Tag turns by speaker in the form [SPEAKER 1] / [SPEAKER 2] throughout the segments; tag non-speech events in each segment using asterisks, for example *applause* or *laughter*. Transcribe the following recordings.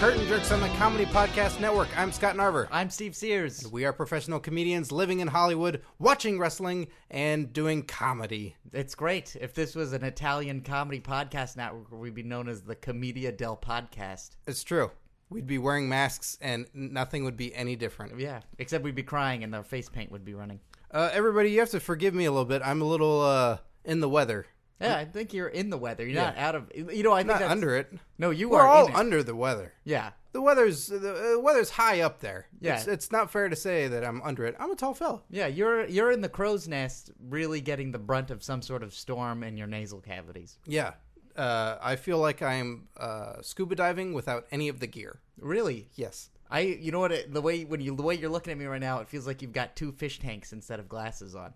[SPEAKER 1] Curtain Jerks on the Comedy Podcast Network. I'm Scott Narver.
[SPEAKER 2] I'm Steve Sears.
[SPEAKER 1] We are professional comedians living in Hollywood, watching wrestling, and doing comedy.
[SPEAKER 2] It's great. If this was an Italian comedy podcast network, we'd be known as the Commedia del Podcast.
[SPEAKER 1] It's true. We'd be wearing masks and nothing would be any different.
[SPEAKER 2] Yeah, except we'd be crying and our face paint would be running.
[SPEAKER 1] Uh, everybody, you have to forgive me a little bit. I'm a little uh, in the weather.
[SPEAKER 2] Yeah, I think you're in the weather. You're not out of. You know, I think
[SPEAKER 1] Not
[SPEAKER 2] that's,
[SPEAKER 1] under it.
[SPEAKER 2] No, you
[SPEAKER 1] We're
[SPEAKER 2] are
[SPEAKER 1] all
[SPEAKER 2] in it.
[SPEAKER 1] under the weather.
[SPEAKER 2] Yeah,
[SPEAKER 1] The weather's the uh, weather's high up there.
[SPEAKER 2] Yeah.
[SPEAKER 1] It's, it's not fair to say that I'm under it. I'm a tall fella.
[SPEAKER 2] yeah. You're you're in the crow's nest, really getting the brunt of some sort of storm in your nasal cavities.
[SPEAKER 1] Yeah. Uh, I feel like I'm uh, scuba diving without any of the gear.
[SPEAKER 2] Really,
[SPEAKER 1] Yes.
[SPEAKER 2] I. You know what? It, the way when you the way you're looking at me right now, it feels like you've got two fish tanks instead of glasses on.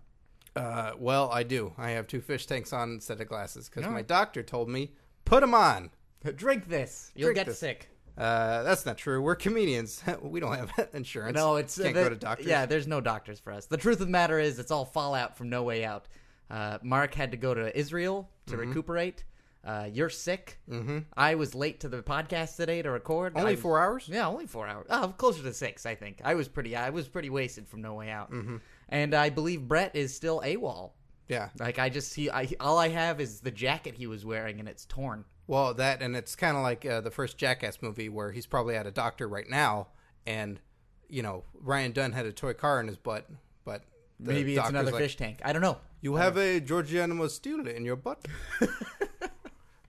[SPEAKER 1] Uh, well, I do. I have two fish tanks on instead of glasses because my doctor told me put them on.
[SPEAKER 2] Drink this. You'll
[SPEAKER 1] Drink
[SPEAKER 2] get
[SPEAKER 1] this.
[SPEAKER 2] sick.
[SPEAKER 1] Uh, that's not true. We're comedians. *laughs* we don't have insurance.
[SPEAKER 2] No, it's uh,
[SPEAKER 1] can't
[SPEAKER 2] the-
[SPEAKER 1] go to doctors.
[SPEAKER 2] Yeah, there's no doctors for us. The truth of the matter is, it's all fallout from No Way Out. Uh, Mark had to go to Israel to
[SPEAKER 1] Mm-hmm.
[SPEAKER 2] recuperate. Uh, you're sick. Mm-hmm. I was late to the podcast today to record. I
[SPEAKER 1] only
[SPEAKER 2] was-
[SPEAKER 1] four hours.
[SPEAKER 2] Yeah, only four hours. Oh, closer to six, I think. I was pretty. I was pretty wasted from No Way Out. Mm-hmm. And I believe Brett is still AWOL.
[SPEAKER 1] Yeah.
[SPEAKER 2] Like I just he, I, all I have is the jacket he was wearing, and it's torn.
[SPEAKER 1] Well, that and it's kind of like uh, the first Jackass movie where he's probably at a doctor right now, and you know Ryan Dunn had a toy car in his butt, but the
[SPEAKER 2] Maybe it's
[SPEAKER 1] doctor's
[SPEAKER 2] another
[SPEAKER 1] like,
[SPEAKER 2] fish tank. I don't know.
[SPEAKER 1] You have a Georgiana Mastula in your butt. *laughs*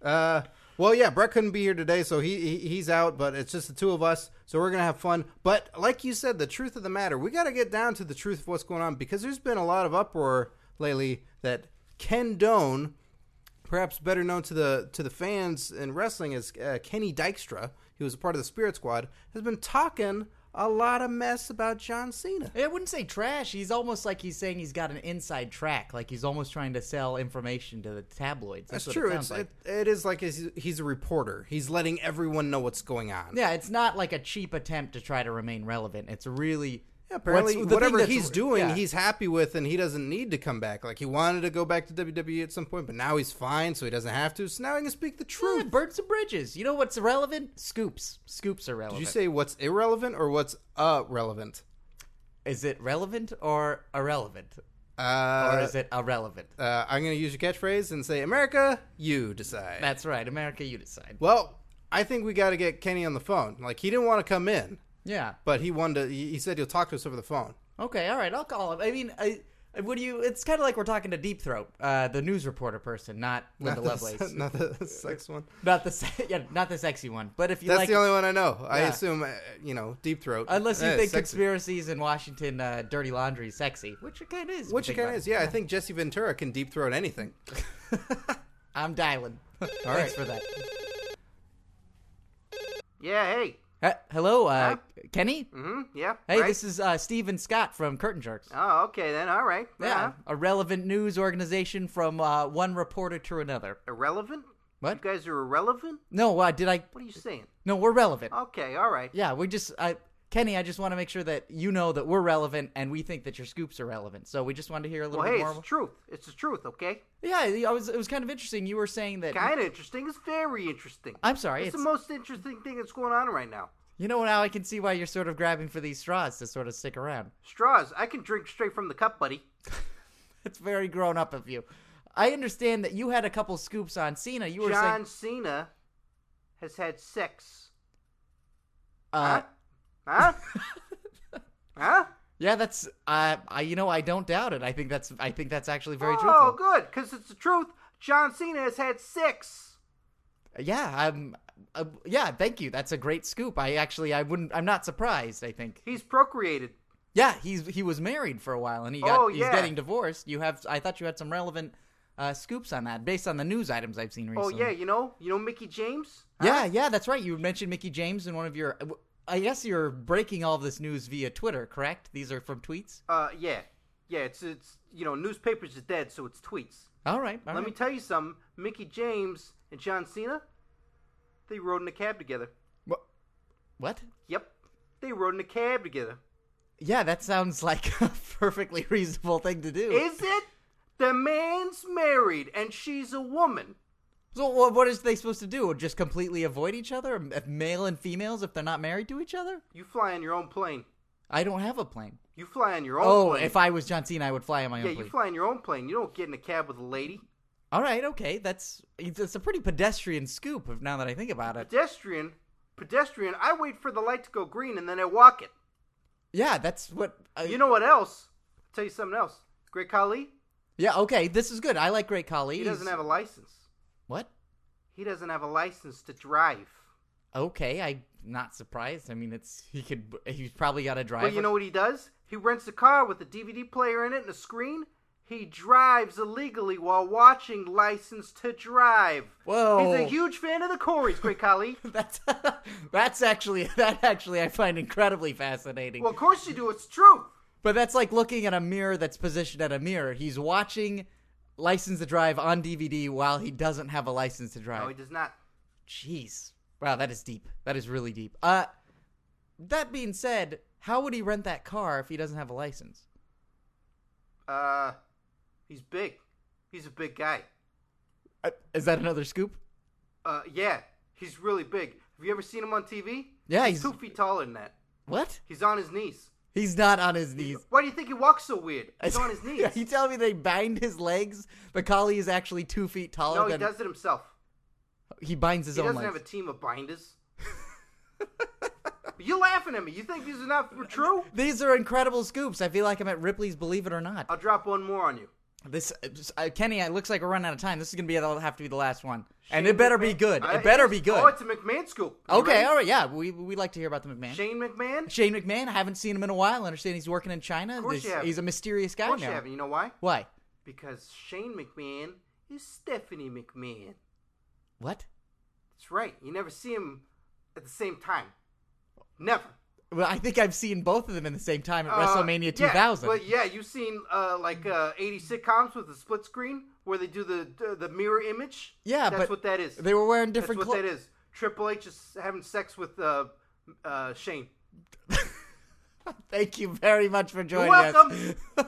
[SPEAKER 1] uh, well, yeah, Brett couldn't be here today, so he, he he's out. But it's just the two of us, so we're gonna have fun. But like you said, the truth of the matter, we got to get down to the truth of what's going on because there's been a lot of uproar lately that Ken Doan, perhaps better known to the to the fans in wrestling as uh, Kenny Dykstra, he was a part of the Spirit Squad, has been talking a lot of mess about John Cena.
[SPEAKER 2] I wouldn't say trash. He's almost like he's saying he's got an inside track, like he's almost trying to sell information to the tabloids.
[SPEAKER 1] That's
[SPEAKER 2] That's, what
[SPEAKER 1] true.
[SPEAKER 2] It
[SPEAKER 1] It's
[SPEAKER 2] sounds like.
[SPEAKER 1] it, it is like he's, he's a reporter. He's letting everyone know what's going on.
[SPEAKER 2] yeah, it's not like a cheap attempt to try to remain relevant. It's really
[SPEAKER 1] Yeah, apparently,
[SPEAKER 2] what's- the thing
[SPEAKER 1] whatever
[SPEAKER 2] that's-
[SPEAKER 1] he's doing,
[SPEAKER 2] yeah.
[SPEAKER 1] he's happy with, and he doesn't need to come back. Like he wanted to go back to WWE at some point, but now he's fine, so he doesn't have to. So now he can speak the
[SPEAKER 2] Yeah,
[SPEAKER 1] truth.
[SPEAKER 2] burnt some bridges. You know what's relevant? Scoops. Scoops are relevant.
[SPEAKER 1] Did you say what's irrelevant or what's uh relevant?
[SPEAKER 2] is it relevant or irrelevant, or
[SPEAKER 1] Uh,
[SPEAKER 2] is it irrelevant?
[SPEAKER 1] uh, I'm going to use your catchphrase and say, "America, you decide."
[SPEAKER 2] That's right, America. You decide.
[SPEAKER 1] well, I think we got to get Kenny on the phone. Like he didn't want to come in,
[SPEAKER 2] Yeah.
[SPEAKER 1] but he wanted. To, he he said he'll talk to us over the phone.
[SPEAKER 2] Okay, all right, I'll call him. I mean, I, what do you? It's kind of like we're talking to Deep Throat, uh, the news reporter person, not
[SPEAKER 1] *laughs*
[SPEAKER 2] Linda
[SPEAKER 1] Not the-
[SPEAKER 2] Lovelace,
[SPEAKER 1] not the *laughs* sex one.
[SPEAKER 2] not the se- *laughs* yeah, not the sexy one. But if you
[SPEAKER 1] That's
[SPEAKER 2] like,
[SPEAKER 1] the only one I know. I
[SPEAKER 2] Yeah.
[SPEAKER 1] assume, uh, you know, deep throat.
[SPEAKER 2] unless you
[SPEAKER 1] Eh,
[SPEAKER 2] think
[SPEAKER 1] sexy.
[SPEAKER 2] conspiracies in Washington, uh, dirty laundry, is sexy, which it kind of is. if you
[SPEAKER 1] Which it
[SPEAKER 2] think
[SPEAKER 1] kind of
[SPEAKER 2] about
[SPEAKER 1] is. Yeah, I think Jesse Ventura can deep throat anything.
[SPEAKER 2] *laughs*
[SPEAKER 1] *laughs*
[SPEAKER 2] I'm dialing.
[SPEAKER 1] right.
[SPEAKER 2] Thanks for that.
[SPEAKER 1] *laughs* Yeah, hey.
[SPEAKER 2] Uh, hello, uh, Kenny.
[SPEAKER 1] Mm-hmm, yeah.
[SPEAKER 2] Hey, this is uh, Steven Scott from Curtain Jerks.
[SPEAKER 1] Oh, okay then. All right. Uh-huh.
[SPEAKER 2] yeah, a relevant news organization from uh, one reporter to another.
[SPEAKER 1] Irrelevant?
[SPEAKER 2] What? You
[SPEAKER 1] guys are irrelevant?
[SPEAKER 2] No, uh, did I?
[SPEAKER 1] What are you saying?
[SPEAKER 2] No, we're relevant.
[SPEAKER 1] Okay, all right.
[SPEAKER 2] Yeah, we just I Kenny, I just want to make sure that you know that we're relevant and we think that your scoops are relevant. So we just wanted to hear a little bit more.
[SPEAKER 1] truth. It's the truth, okay?
[SPEAKER 2] Yeah, I was it was kind of interesting. You were saying that
[SPEAKER 3] of interesting. It's very interesting.
[SPEAKER 2] I'm sorry, it's,
[SPEAKER 3] most interesting thing that's going on right now.
[SPEAKER 2] you know now I can see why you're sort of grabbing for these straws to sort of stick around. *laughs*
[SPEAKER 3] Straws. I can drink straight from the cup, buddy.
[SPEAKER 2] It's very grown up of you. I understand that you had a couple scoops on Cena. You were
[SPEAKER 3] John
[SPEAKER 2] saying
[SPEAKER 3] Cena has had sex.
[SPEAKER 2] uh,
[SPEAKER 3] Huh?
[SPEAKER 2] *laughs*
[SPEAKER 3] huh?
[SPEAKER 2] yeah, that's uh, I you know I don't doubt it. I think that's I think that's actually very
[SPEAKER 3] Oh,
[SPEAKER 2] truthful.
[SPEAKER 3] good, because it's the truth. John Cena has had six.
[SPEAKER 2] Yeah, I'm uh, yeah, thank you. That's a great scoop. I actually I wouldn't I'm not surprised, I think.
[SPEAKER 3] He's procreated.
[SPEAKER 2] Yeah, he's he was married for a while, and he got
[SPEAKER 3] Oh,
[SPEAKER 2] he's
[SPEAKER 3] yeah.
[SPEAKER 2] getting divorced. You have I thought you had some relevant uh, scoops on that based on the news items I've seen
[SPEAKER 3] Oh
[SPEAKER 2] recently.
[SPEAKER 3] yeah, you know, you know Mickey James.
[SPEAKER 2] yeah, yeah, that's right. You mentioned Mickey James in one of your. I guess you're breaking all of this news via Twitter, correct? These are from tweets.
[SPEAKER 3] Uh, yeah, yeah. It's it's you know newspapers are dead, so it's tweets.
[SPEAKER 2] All right, all
[SPEAKER 3] Let
[SPEAKER 2] right.
[SPEAKER 3] me tell you something. Mickey James and John Cena, they rode in a cab together.
[SPEAKER 2] what?
[SPEAKER 3] Yep. They rode in a cab together.
[SPEAKER 2] Yeah, that sounds like *laughs* a perfectly reasonable thing to do.
[SPEAKER 3] Is it? The man's married and she's a woman.
[SPEAKER 2] So what, what is they supposed to do? Just completely avoid each other? If male and females, if they're not married to each other?
[SPEAKER 3] You fly in your own plane.
[SPEAKER 2] I don't have a plane.
[SPEAKER 3] You fly in your own
[SPEAKER 2] Oh,
[SPEAKER 3] plane.
[SPEAKER 2] if I was John Cena, I would fly on my
[SPEAKER 3] yeah,
[SPEAKER 2] own
[SPEAKER 3] you
[SPEAKER 2] plane.
[SPEAKER 3] fly in your own plane. You don't get in a cab with a lady.
[SPEAKER 2] All right, okay, that's it's a pretty pedestrian scoop. If now that I think about it,
[SPEAKER 3] Pedestrian, pedestrian. I wait for the light to go green and then I walk it.
[SPEAKER 2] yeah, that's what I,
[SPEAKER 3] You know what else? I'll tell you something else. Great Khali,
[SPEAKER 2] Yeah, okay, this is good. I like Great Khali.
[SPEAKER 3] he doesn't have a license.
[SPEAKER 2] what?
[SPEAKER 3] He doesn't have a license to drive.
[SPEAKER 2] Okay, I'm not surprised. I mean, it's he could he's probably got a driver.
[SPEAKER 3] But you know what he does? He rents a car with a DVD player in it and a screen. He drives illegally while watching License to Drive.
[SPEAKER 2] Whoa.
[SPEAKER 3] He's a huge fan of the Corys,
[SPEAKER 2] *laughs*
[SPEAKER 3] Great Khali.
[SPEAKER 2] *laughs* that's that's actually that actually I find incredibly fascinating.
[SPEAKER 3] well, of course you do. It's true.
[SPEAKER 2] But that's like looking at a mirror that's positioned at a mirror. He's watching License to Drive on DVD while he doesn't have a license to drive.
[SPEAKER 3] No, he does not.
[SPEAKER 2] Jeez. Wow, that is deep. That is really deep. Uh that being said, how would he rent that car if he doesn't have a license?
[SPEAKER 3] Uh, he's big. He's a big guy.
[SPEAKER 2] Uh, is that another scoop?
[SPEAKER 3] Uh, yeah, he's really big. Have you ever seen him on TV?
[SPEAKER 2] Yeah,
[SPEAKER 3] he's,
[SPEAKER 2] he's-
[SPEAKER 3] two feet taller than that.
[SPEAKER 2] What?
[SPEAKER 3] He's on his knees.
[SPEAKER 2] He's not on his knees.
[SPEAKER 3] Why do you think he walks so weird?
[SPEAKER 2] *laughs*
[SPEAKER 3] He's on his knees.
[SPEAKER 2] Are you telling me they bind his legs? The collie is actually two feet taller
[SPEAKER 3] no, he
[SPEAKER 2] than
[SPEAKER 3] does it himself.
[SPEAKER 2] he binds his
[SPEAKER 3] He
[SPEAKER 2] own
[SPEAKER 3] doesn't
[SPEAKER 2] legs.
[SPEAKER 3] have a team of
[SPEAKER 2] *laughs*
[SPEAKER 3] binders. You're laughing at me. You think these
[SPEAKER 2] *laughs*
[SPEAKER 3] are not for true?
[SPEAKER 2] These are incredible scoops. I feel like I'm at Ripley's Believe It or Not.
[SPEAKER 3] I'll drop one more on you.
[SPEAKER 2] This uh, Kenny, it looks like we're running out of time. This is gonna be the, have to be the last one, and
[SPEAKER 3] Shane
[SPEAKER 2] it better be
[SPEAKER 3] McMahon-
[SPEAKER 2] good.
[SPEAKER 3] Uh,
[SPEAKER 2] It better
[SPEAKER 3] is-
[SPEAKER 2] be good.
[SPEAKER 3] Oh, it's a McMahon scoop. You
[SPEAKER 2] okay,
[SPEAKER 3] ready?
[SPEAKER 2] all right, yeah. We we like to hear about the McMahon. Shane,
[SPEAKER 3] Shane McMahon. Of
[SPEAKER 2] McMahon. I haven't seen him in a while. I understand he's working in China.
[SPEAKER 3] course
[SPEAKER 2] This-
[SPEAKER 3] you haven't.
[SPEAKER 2] he's a mysterious guy
[SPEAKER 3] course
[SPEAKER 2] now.
[SPEAKER 3] you haven't. You know why?
[SPEAKER 2] Why?
[SPEAKER 3] Because Shane McMahon is Stephanie McMahon.
[SPEAKER 2] What?
[SPEAKER 3] That's right. You never see him at the same time. Never.
[SPEAKER 2] Well, I think I've seen both of them in the same time at
[SPEAKER 3] Uh,
[SPEAKER 2] WrestleMania
[SPEAKER 3] yeah,
[SPEAKER 2] 2000.
[SPEAKER 3] But yeah, you've seen uh, like uh, 80 sitcoms with the split screen where they do the uh, the mirror image.
[SPEAKER 2] Yeah,
[SPEAKER 3] that's
[SPEAKER 2] but
[SPEAKER 3] what that is.
[SPEAKER 2] they were wearing
[SPEAKER 3] That's
[SPEAKER 2] different
[SPEAKER 3] what
[SPEAKER 2] clothes.
[SPEAKER 3] that is. Triple H is having sex with uh, uh, Shane.
[SPEAKER 2] Thank you very much for joining *laughs*
[SPEAKER 3] welcome.
[SPEAKER 2] us.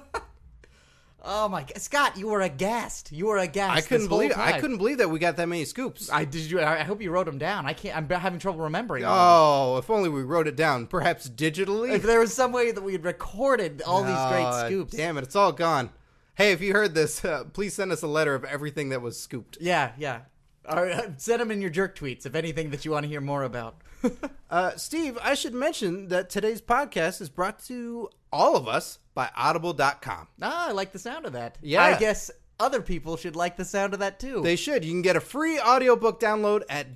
[SPEAKER 2] oh my God, Scott, you were aghast. You were aghast.
[SPEAKER 1] I couldn't
[SPEAKER 2] this whole
[SPEAKER 1] believe I
[SPEAKER 2] time.
[SPEAKER 1] couldn't believe that we got that many scoops.
[SPEAKER 2] I did you. I I hope you wrote them down. I can't. I'm having trouble remembering. all of them.
[SPEAKER 1] oh, if only we wrote it down, perhaps digitally.
[SPEAKER 2] If there was some way that we had recorded all these
[SPEAKER 1] Oh,
[SPEAKER 2] great scoops.
[SPEAKER 1] Damn it, it's all gone. Hey, if you heard this, uh, please send us a letter of everything that was scooped.
[SPEAKER 2] Yeah, yeah. All right, *laughs* send them in your jerk tweets if anything that you want to hear more about. *laughs*
[SPEAKER 1] Uh, Steve, I should mention that today's podcast is brought to all of us by Audible.com.
[SPEAKER 2] ah, I like the sound of that.
[SPEAKER 1] Yeah.
[SPEAKER 2] I guess other people should like the sound of that too.
[SPEAKER 1] They should. You can get a free audiobook download at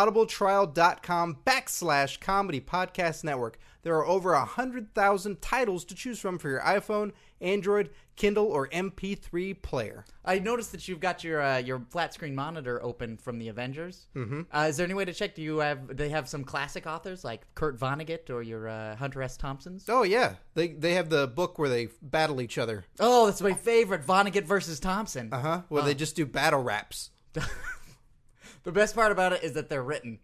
[SPEAKER 1] www.audibletrial.com backslash comedy podcast network. There are over 100,000 titles to choose from for your iPhone, Android, Kindle, or MP3 player.
[SPEAKER 2] I noticed that you've got your uh, your flat screen monitor open from the Avengers. Mm-hmm. Uh, is there any way to check? Do you have? do They have some classic authors like Kurt Vonnegut or your uh, Hunter S. Thompson's.
[SPEAKER 1] Oh, yeah. They, they have the book where they battle each other,
[SPEAKER 2] Oh, that's my favorite Vonnegut versus Thompson.
[SPEAKER 1] huh? where they just do battle raps.
[SPEAKER 2] The best part about it is that they're written.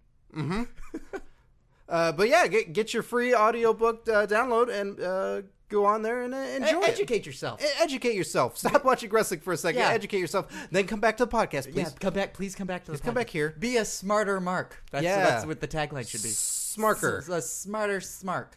[SPEAKER 1] Uh, but yeah, get, get your free audiobook uh, download and uh, go on there and uh,
[SPEAKER 2] E-
[SPEAKER 1] enjoy it.
[SPEAKER 2] educate yourself.
[SPEAKER 1] E- Educate yourself. *laughs* Stop watching wrestling for a second.
[SPEAKER 2] Yeah.
[SPEAKER 1] Educate yourself. Then come back to the podcast, please.
[SPEAKER 2] Yeah, come back. Please come back to the
[SPEAKER 1] Please come
[SPEAKER 2] podcast.
[SPEAKER 1] back here.
[SPEAKER 2] Be a smarter Mark. That's,
[SPEAKER 1] Yeah.
[SPEAKER 2] that's what the tagline should be.
[SPEAKER 1] Smarker.
[SPEAKER 2] S- a smarter Smark.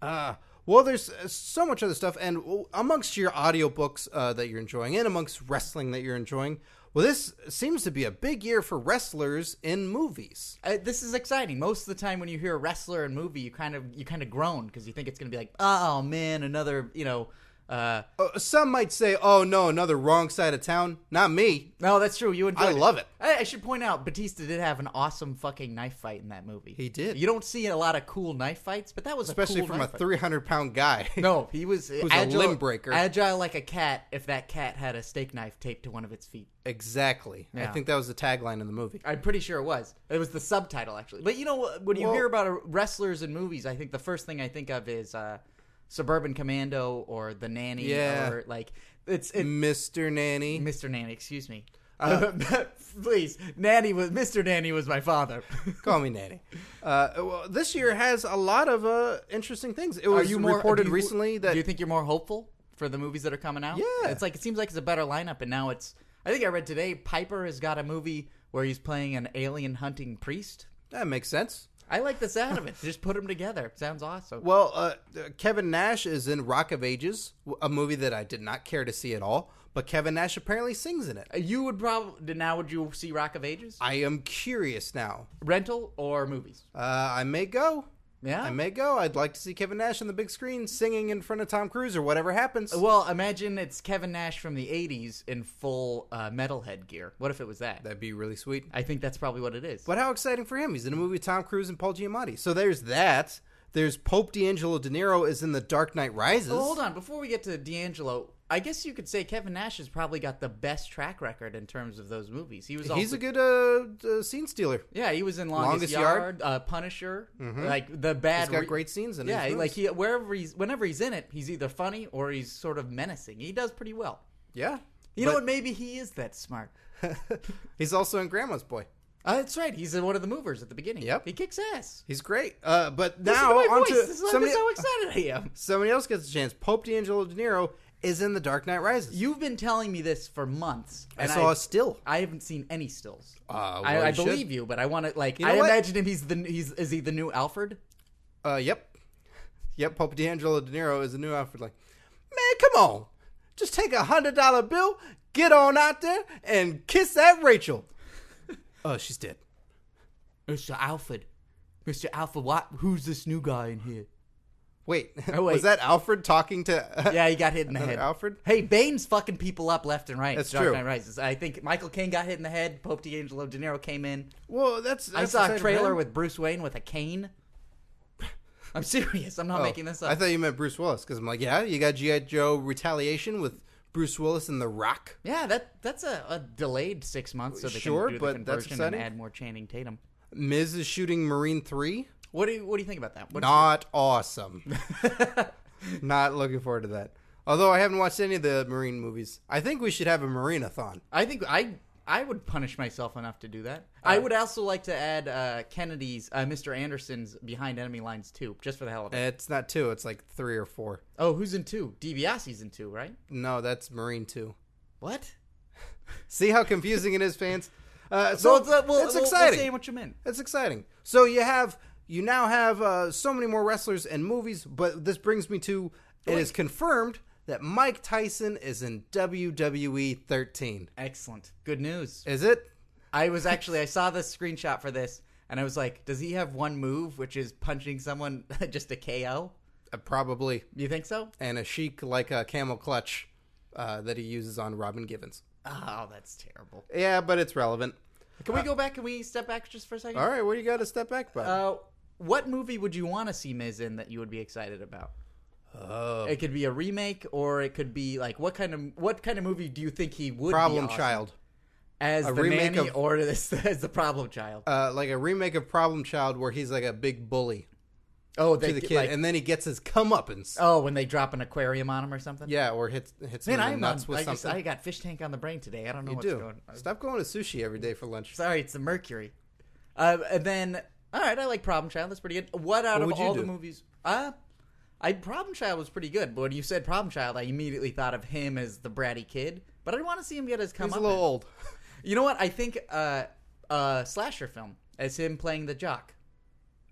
[SPEAKER 1] Uh, well, there's uh, so much other stuff, and w- amongst your audiobooks uh, that you're enjoying, and amongst wrestling that you're enjoying, well, this seems to be a big year for wrestlers in movies.
[SPEAKER 2] Uh, this is exciting. Most of the time, when you hear a wrestler in movie, you kind of you kind of groan because you think it's going to be like, oh man, another you know. Uh,
[SPEAKER 1] Uh, some might say, "Oh no, another wrong side of town." Not me.
[SPEAKER 2] no, oh, that's true. You enjoyed
[SPEAKER 1] I love it.
[SPEAKER 2] I, I should point out Batista did have an awesome fucking knife fight in that movie.
[SPEAKER 1] He did.
[SPEAKER 2] You don't see a lot of cool knife fights, but that was
[SPEAKER 1] Especially
[SPEAKER 2] a cool
[SPEAKER 1] from a
[SPEAKER 2] knife fight.
[SPEAKER 1] 300 pound *laughs* guy.
[SPEAKER 2] No, he was,
[SPEAKER 1] was a
[SPEAKER 2] agile,
[SPEAKER 1] limb breaker.
[SPEAKER 2] agile like a cat. If that cat had a steak knife taped to one of its feet.
[SPEAKER 1] exactly. I
[SPEAKER 2] Yeah.
[SPEAKER 1] think that was the tagline in the movie.
[SPEAKER 2] I'm pretty sure it was. It was the subtitle actually. But you know, when you
[SPEAKER 1] Well-
[SPEAKER 2] hear about uh, wrestlers in movies, I think the first thing I think of is uh, Suburban Commando or The Nanny,
[SPEAKER 1] Yeah.
[SPEAKER 2] or like it's it,
[SPEAKER 1] Mr. Nanny.
[SPEAKER 2] *laughs* Mr. Nanny. Excuse me. Uh, *laughs* please, Nanny was Mr. Nanny was my father.
[SPEAKER 1] Call me Nanny. Uh, well, this year has a lot of uh, interesting things. It was reported
[SPEAKER 2] do you-
[SPEAKER 1] recently that
[SPEAKER 2] do you think you're more hopeful for the movies that are coming out?
[SPEAKER 1] Yeah.
[SPEAKER 2] it's like it seems like it's a better lineup, and now it's I think I read today Piper has got a movie where he's playing an alien hunting priest.
[SPEAKER 1] That makes sense.
[SPEAKER 2] I like the sound of it. Just put them together. Sounds awesome.
[SPEAKER 1] Well, uh, Kevin Nash is in Rock of Ages, a movie that I did not care to see at all, but Kevin Nash apparently sings in it.
[SPEAKER 2] You would probably now would you see Rock of Ages
[SPEAKER 1] I am curious now.
[SPEAKER 2] rental or movies?
[SPEAKER 1] Uh, I may go.
[SPEAKER 2] Yeah.
[SPEAKER 1] I may go. I'd like to see Kevin Nash on the big screen singing in front of Tom Cruise or whatever happens.
[SPEAKER 2] well, imagine it's Kevin Nash from the '80s in full uh, metalhead gear. What if it was that?
[SPEAKER 1] That'd be really sweet.
[SPEAKER 2] I think that's probably what it is.
[SPEAKER 1] But how exciting for him! He's in a movie with Tom Cruise and Paul Giamatti. So there's that. There's Pope D'Angelo De Niro is in The Dark Knight Rises.
[SPEAKER 2] Well, Oh, hold on. Before we get to D'Angelo, I guess you could say Kevin Nash has probably got the best track record in terms of those movies. He was
[SPEAKER 1] He's
[SPEAKER 2] also,
[SPEAKER 1] a good uh, uh, scene stealer.
[SPEAKER 2] yeah, he was in Longest,
[SPEAKER 1] Longest Mm-hmm.
[SPEAKER 2] Yard, uh, Punisher, like the
[SPEAKER 1] He's
[SPEAKER 2] bad.
[SPEAKER 1] got
[SPEAKER 2] re-
[SPEAKER 1] great scenes in
[SPEAKER 2] yeah,
[SPEAKER 1] his
[SPEAKER 2] like
[SPEAKER 1] movies.
[SPEAKER 2] he wherever he's whenever he's in it, he's either funny or he's sort of menacing. He does pretty well.
[SPEAKER 1] Yeah.
[SPEAKER 2] You know
[SPEAKER 1] But
[SPEAKER 2] what? Maybe he is that smart.
[SPEAKER 1] He's also in Grandma's Boy.
[SPEAKER 2] Uh, that's right. He's in one of the movers at the beginning.
[SPEAKER 1] Yep.
[SPEAKER 2] He kicks ass.
[SPEAKER 1] He's great. Uh, but
[SPEAKER 2] Listen
[SPEAKER 1] now
[SPEAKER 2] to my
[SPEAKER 1] onto
[SPEAKER 2] voice. This is-
[SPEAKER 1] somebody,
[SPEAKER 2] that's how excited I am.
[SPEAKER 1] somebody else gets a chance. Pope D'Angelo De Niro is in The Dark Knight Rises.
[SPEAKER 2] *laughs* You've been telling me this for months.
[SPEAKER 1] I
[SPEAKER 2] and
[SPEAKER 1] saw a still.
[SPEAKER 2] I haven't seen any stills.
[SPEAKER 1] Uh, well,
[SPEAKER 2] I, I
[SPEAKER 1] you should.
[SPEAKER 2] believe you, but I want to like.
[SPEAKER 1] know
[SPEAKER 2] I
[SPEAKER 1] what?
[SPEAKER 2] imagine him. He's the he's is he the new Alfred?
[SPEAKER 1] Uh, yep. Yep, Pope D'Angelo De Niro is the new Alfred. Like, man, come on. Just take a hundred dollar bill, get on out there, and kiss that
[SPEAKER 2] *laughs*
[SPEAKER 1] Rachel. Oh, she's dead.
[SPEAKER 2] Mister Alfred, Mister Alfred, what? Who's this new guy in here?
[SPEAKER 1] Wait,
[SPEAKER 2] Oh, wait.
[SPEAKER 1] *laughs* was that Alfred talking to? *laughs*
[SPEAKER 2] Yeah, he got hit in the
[SPEAKER 1] Another
[SPEAKER 2] head.
[SPEAKER 1] Alfred?
[SPEAKER 2] Hey, Bane's fucking people up left and right.
[SPEAKER 1] That's
[SPEAKER 2] Dark
[SPEAKER 1] true.
[SPEAKER 2] Knight Rises. I think Michael Caine got hit in the head. Pope D'Angelo De Niro came in.
[SPEAKER 1] Well, that's,
[SPEAKER 2] I
[SPEAKER 1] that's
[SPEAKER 2] saw a
[SPEAKER 1] exciting for
[SPEAKER 2] trailer
[SPEAKER 1] him.
[SPEAKER 2] with Bruce Wayne with a cane. *laughs* I'm serious. I'm not
[SPEAKER 1] Oh,
[SPEAKER 2] making this up.
[SPEAKER 1] I thought you meant Bruce Willis because I'm like, yeah, you got GI Joe Retaliation with Bruce Willis and The Rock.
[SPEAKER 2] yeah, that that's a, a delayed six months, so they
[SPEAKER 1] Sure,
[SPEAKER 2] can do the
[SPEAKER 1] but that's
[SPEAKER 2] conversion and
[SPEAKER 1] exciting.
[SPEAKER 2] add more Channing Tatum.
[SPEAKER 1] Miz is shooting Marine Three.
[SPEAKER 2] What do you what do you think about that? What's
[SPEAKER 1] Not
[SPEAKER 2] *laughs*
[SPEAKER 1] awesome. Not looking forward to that. Although I haven't watched any of the Marine movies. I think we should have a Marine-a-thon.
[SPEAKER 2] I think I I would punish myself enough to do that. I
[SPEAKER 1] Uh,
[SPEAKER 2] would also like to add uh, Kennedy's uh, Mr. Anderson's Behind Enemy Lines two, just for the hell of it.
[SPEAKER 1] It's not two. It's like three or four.
[SPEAKER 2] oh, who's in two? DiBiase's in two, right?
[SPEAKER 1] No, that's Marine two.
[SPEAKER 2] What?
[SPEAKER 1] See how confusing it is, fans. Uh, so
[SPEAKER 2] So
[SPEAKER 1] it's, it's exciting.
[SPEAKER 2] We'll say what you meant.
[SPEAKER 1] That's exciting. So you have you now have uh, so many more wrestlers and movies, but this brings me to it is confirmed that Mike Tyson is in WWE 13.
[SPEAKER 2] Excellent. Good news.
[SPEAKER 1] Is it?
[SPEAKER 2] I was actually I saw this screenshot for this, and I was like, does he have one move, which is punching someone *laughs* just a KO?
[SPEAKER 1] Uh, probably.
[SPEAKER 2] You think so?
[SPEAKER 1] And a chic like a camel clutch uh, that he uses on Robin Givens.
[SPEAKER 2] Oh, that's terrible.
[SPEAKER 1] Yeah, but it's relevant.
[SPEAKER 2] Can we go back? Can we step back just for a second?
[SPEAKER 1] All right, what do you got to step back by?
[SPEAKER 2] Uh, what movie would you want to see Miz in that you would be excited about?
[SPEAKER 1] oh,
[SPEAKER 2] It could be a remake, or it could be like what kind of what kind of movie do you think he would
[SPEAKER 1] Problem
[SPEAKER 2] be awesome?
[SPEAKER 1] Child.
[SPEAKER 2] as
[SPEAKER 1] A
[SPEAKER 2] the
[SPEAKER 1] remake
[SPEAKER 2] Manny
[SPEAKER 1] of-
[SPEAKER 2] or *laughs* as, as the Problem Child?
[SPEAKER 1] Uh, like a remake of Problem Child where he's like a big bully
[SPEAKER 2] oh, they
[SPEAKER 1] to the
[SPEAKER 2] get,
[SPEAKER 1] kid,
[SPEAKER 2] like-
[SPEAKER 1] and then he gets his comeuppance.
[SPEAKER 2] oh, when they drop an aquarium on him or something.
[SPEAKER 1] Yeah, or hits hits
[SPEAKER 2] Man,
[SPEAKER 1] him
[SPEAKER 2] I
[SPEAKER 1] in
[SPEAKER 2] am
[SPEAKER 1] the nuts
[SPEAKER 2] on,
[SPEAKER 1] with
[SPEAKER 2] I, just,
[SPEAKER 1] something.
[SPEAKER 2] I got fish tank on the brain today. I don't know
[SPEAKER 1] You
[SPEAKER 2] what's
[SPEAKER 1] do.
[SPEAKER 2] going on.
[SPEAKER 1] Stop going to sushi every day for lunch.
[SPEAKER 2] Sorry, it's the mercury. Uh, and then, all right, I like Problem Child. That's pretty good. What out
[SPEAKER 1] What
[SPEAKER 2] of
[SPEAKER 1] would you
[SPEAKER 2] all the
[SPEAKER 1] do?
[SPEAKER 2] movies? Uh, I Problem Child was pretty good, but when you said Problem Child, I immediately thought of him as the bratty kid. But I want to see him get his come
[SPEAKER 1] He's a little old.
[SPEAKER 2] You know what? I think uh, a slasher film as him playing the jock.